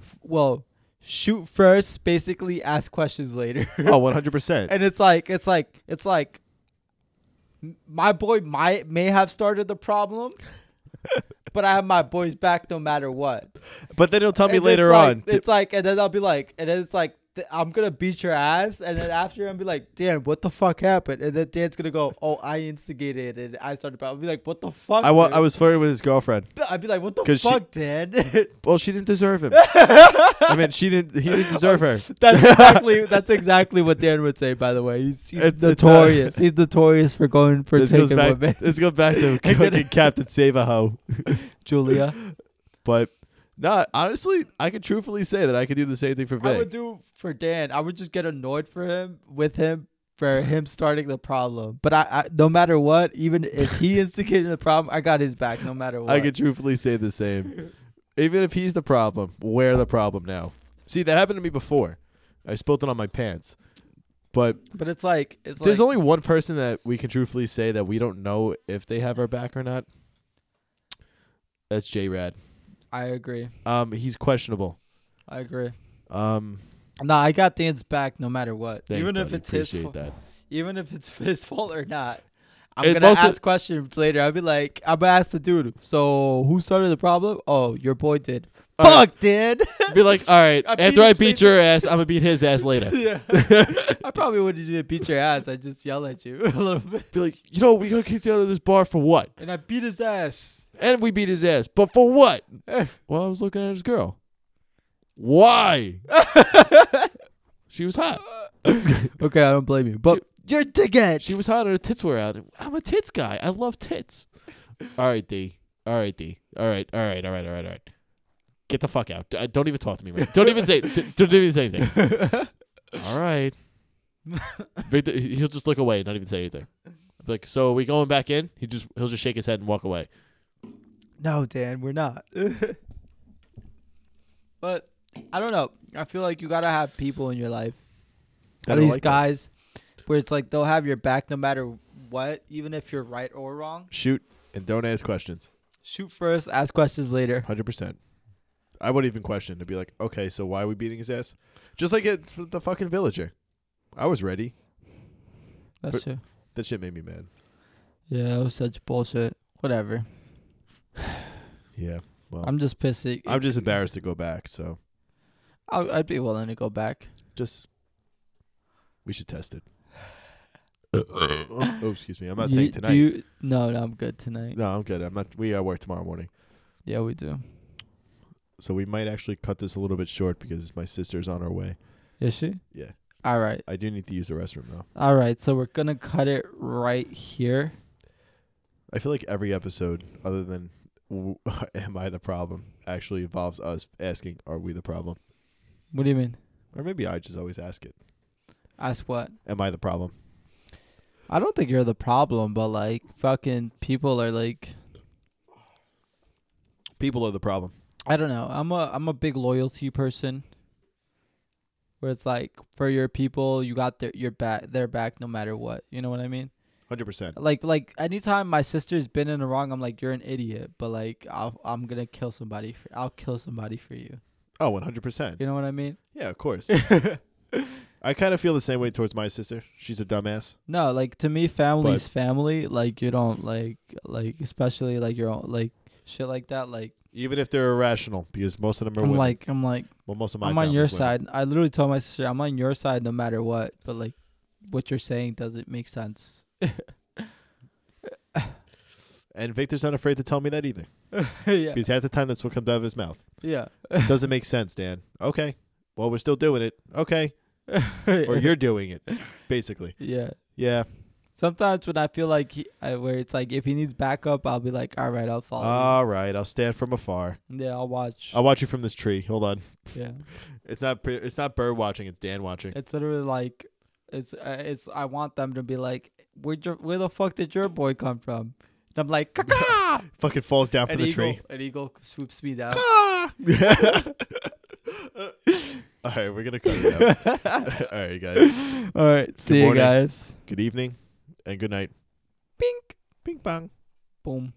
[SPEAKER 1] F- Well, shoot first, basically ask questions later.
[SPEAKER 2] <laughs> oh, one hundred
[SPEAKER 1] <laughs>
[SPEAKER 2] percent.
[SPEAKER 1] and it's like it's like it's like m- my boy might may have started the
[SPEAKER 2] <laughs>
[SPEAKER 1] problem, but I have my boys back no matter what.
[SPEAKER 2] But then he'll tell me
[SPEAKER 1] And
[SPEAKER 2] later
[SPEAKER 1] it's like-
[SPEAKER 2] on.
[SPEAKER 1] It's like, and then I'll be like, and then it's like, th- I'm gonna beat your ass, and then after I'm be like, Dan, what the fuck happened? And then Dan's gonna go, Oh, I instigated and I started. I'll be like, What the fuck?
[SPEAKER 2] I wa-
[SPEAKER 1] dude?"
[SPEAKER 2] I was flirting with his girlfriend.
[SPEAKER 1] I'd be like, What the
[SPEAKER 2] 'Cause she-
[SPEAKER 1] fuck, Dan? <laughs>
[SPEAKER 2] Well, she didn't deserve him. I mean, she didn't. He didn't deserve her. <laughs>
[SPEAKER 1] that's exactly that's exactly what Dan would say. By the way, he's, he's
[SPEAKER 2] It's- it's, uh,
[SPEAKER 1] notorious. he's notorious for going for
[SPEAKER 2] This goes
[SPEAKER 1] taking
[SPEAKER 2] back.
[SPEAKER 1] women. <laughs>
[SPEAKER 2] This goes back to
[SPEAKER 1] then-
[SPEAKER 2] fucking Captain Save a Hoe.
[SPEAKER 1] Julia,
[SPEAKER 2] But no, honestly, I could truthfully say that I could do the same thing for
[SPEAKER 1] I would
[SPEAKER 2] Vic.
[SPEAKER 1] do for Dan. I would just get annoyed for him with him for him starting the problem. But I, I no matter what, even if he instigated the problem, I got his back no matter what.
[SPEAKER 2] I could truthfully say
[SPEAKER 1] <laughs>
[SPEAKER 2] the same. Even if he's the problem, we're the problem now. See, that happened to me before. I spilled it on my pants. But
[SPEAKER 1] but it's like it's
[SPEAKER 2] there's
[SPEAKER 1] like
[SPEAKER 2] only one person that we can truthfully say that we don't know if they have our back or not. That's J Rad.
[SPEAKER 1] I agree.
[SPEAKER 2] Um, he's questionable.
[SPEAKER 1] I agree.
[SPEAKER 2] Um,
[SPEAKER 1] Nah, I got Dan's back no matter what.
[SPEAKER 2] thanks,
[SPEAKER 1] even if
[SPEAKER 2] buddy.
[SPEAKER 1] it's his
[SPEAKER 2] appreciate
[SPEAKER 1] fault, <laughs>
[SPEAKER 2] that.
[SPEAKER 1] even if it's his fault or not. I'm
[SPEAKER 2] It
[SPEAKER 1] gonna
[SPEAKER 2] mostly-
[SPEAKER 1] ask questions later. I'll be like, I'm gonna ask the dude. So who started the problem? Oh, your boy did.
[SPEAKER 2] All right.
[SPEAKER 1] Fuck, <laughs> did.
[SPEAKER 2] Be like, all right.
[SPEAKER 1] I beat
[SPEAKER 2] after I
[SPEAKER 1] his
[SPEAKER 2] beat
[SPEAKER 1] face
[SPEAKER 2] your ass, I'm gonna beat his
[SPEAKER 1] <laughs>
[SPEAKER 2] ass later.
[SPEAKER 1] yeah. I probably wouldn't even beat your ass. I just yell at you <laughs> a little bit.
[SPEAKER 2] Be like, you know, we got kicked out of this bar for what?
[SPEAKER 1] And I beat his ass. <laughs>
[SPEAKER 2] And we beat his ass, but for what?
[SPEAKER 1] Eh.
[SPEAKER 2] Well, I was looking at his girl. Why? she was hot.
[SPEAKER 1] Okay, I don't blame you. But you're a dickhead.
[SPEAKER 2] She was hot, and her tits were out. I'm a tits guy. I love tits. All right, D. All right, D. All right, all right, all right, all right, all right. Get the fuck out. D- uh, Don't even talk to me. Right. Don't even say. d- Don't even say anything. All right. Victor, he- he'll just look away, and not even say anything. Like, so are we going back in? He just he'll just shake his head and walk away.
[SPEAKER 1] No, Dan, we're not. <laughs> but I don't know. I feel like you gotta have people in your life. At least guys where it's like they'll have your back no matter what, even if you're right or wrong.
[SPEAKER 2] Shoot and don't ask questions.
[SPEAKER 1] Shoot first, ask questions later.
[SPEAKER 2] Hundred percent. I wouldn't even question to be like, okay, so why are we beating his ass? Just like it's with the fucking villager. I was ready.
[SPEAKER 1] That's
[SPEAKER 2] But-
[SPEAKER 1] true.
[SPEAKER 2] That shit made me mad.
[SPEAKER 1] Yeah, it was such bullshit. Whatever.
[SPEAKER 2] Yeah. Well, I'm,
[SPEAKER 1] I'm just pissed. It,
[SPEAKER 2] just embarrassed to go back. So
[SPEAKER 1] I, I'd be willing to go back.
[SPEAKER 2] just we should test it. oh, oh, excuse me. I'm not
[SPEAKER 1] You-
[SPEAKER 2] saying
[SPEAKER 1] do
[SPEAKER 2] tonight.
[SPEAKER 1] you- no, no, I'm good tonight.
[SPEAKER 2] no, I'm good. I'm not. We uh, work tomorrow morning,
[SPEAKER 1] Yeah, we do.
[SPEAKER 2] so we might actually cut this a little bit short because my sister's on her way.
[SPEAKER 1] Is she?
[SPEAKER 2] Yeah.
[SPEAKER 1] All right.
[SPEAKER 2] I do need to use the restroom though.
[SPEAKER 1] All right. So we're going to cut it right here.
[SPEAKER 2] I feel like every episode, other than w- <laughs> "Am I the problem," actually involves us asking, "Are we the problem?"
[SPEAKER 1] What do you mean?
[SPEAKER 2] Or maybe I just always ask it.
[SPEAKER 1] Ask what?
[SPEAKER 2] Am I the problem?
[SPEAKER 1] I don't think you're the problem, but like fucking people are like
[SPEAKER 2] People are the problem.
[SPEAKER 1] I don't know. I'm a I'm a big loyalty person. Where it's like for your people, you got their your back their back no matter what. You know what I mean?
[SPEAKER 2] Hundred percent.
[SPEAKER 1] Like like anytime my sister's been in the wrong, I'm like you're an idiot, but like I'll, I'm gonna kill somebody. For, I'll kill somebody for you.
[SPEAKER 2] Oh, one hundred percent.
[SPEAKER 1] You know what I mean?
[SPEAKER 2] Yeah, of <laughs> course. I kind of feel the same way towards my sister. She's a dumbass.
[SPEAKER 1] No, like to me, family's family. Like you don't like like especially like your own like shit like that. Like
[SPEAKER 2] Even if they're irrational, because most of them are
[SPEAKER 1] I'm
[SPEAKER 2] women.
[SPEAKER 1] like I'm like
[SPEAKER 2] well, most of my
[SPEAKER 1] I'm on your
[SPEAKER 2] family's women.
[SPEAKER 1] side. I literally told my sister, I'm on your side no matter what, but like what you're saying doesn't make
[SPEAKER 2] <laughs>
[SPEAKER 1] sense.
[SPEAKER 2] And Victor's not afraid to tell me that either,
[SPEAKER 1] yeah.
[SPEAKER 2] because half the time that's what comes out of his mouth.
[SPEAKER 1] Yeah.
[SPEAKER 2] Doesn't make sense, Dan. Okay. Well, we're still doing it. Okay.
[SPEAKER 1] <laughs>
[SPEAKER 2] Or you're doing it, basically.
[SPEAKER 1] yeah.
[SPEAKER 2] Yeah.
[SPEAKER 1] Sometimes when I feel like he, I, where it's like if he needs backup, I'll be like, all right, I'll follow.
[SPEAKER 2] All right, I'll stand from afar.
[SPEAKER 1] you." yeah, I'll watch.
[SPEAKER 2] Uh, I'll watch you from this tree. Hold on.
[SPEAKER 1] yeah.
[SPEAKER 2] It's not. pre- It's not bird watching. It's Dan watching.
[SPEAKER 1] It's literally like, it's uh, it's. I want them to be like, where your, where the fuck did your boy come from? And I'm like,
[SPEAKER 2] <laughs>
[SPEAKER 1] Caca!
[SPEAKER 2] Fucking falls down from
[SPEAKER 1] an
[SPEAKER 2] the
[SPEAKER 1] eagle,
[SPEAKER 2] tree.
[SPEAKER 1] an eagle swoops me down.
[SPEAKER 2] Ah! All right, we're gonna cut
[SPEAKER 1] <laughs>
[SPEAKER 2] it out. All right, guys.
[SPEAKER 1] All right, see you
[SPEAKER 2] morning.
[SPEAKER 1] guys.
[SPEAKER 2] Good evening, and good night.
[SPEAKER 1] Pink.
[SPEAKER 2] Ping pong.
[SPEAKER 1] Boom.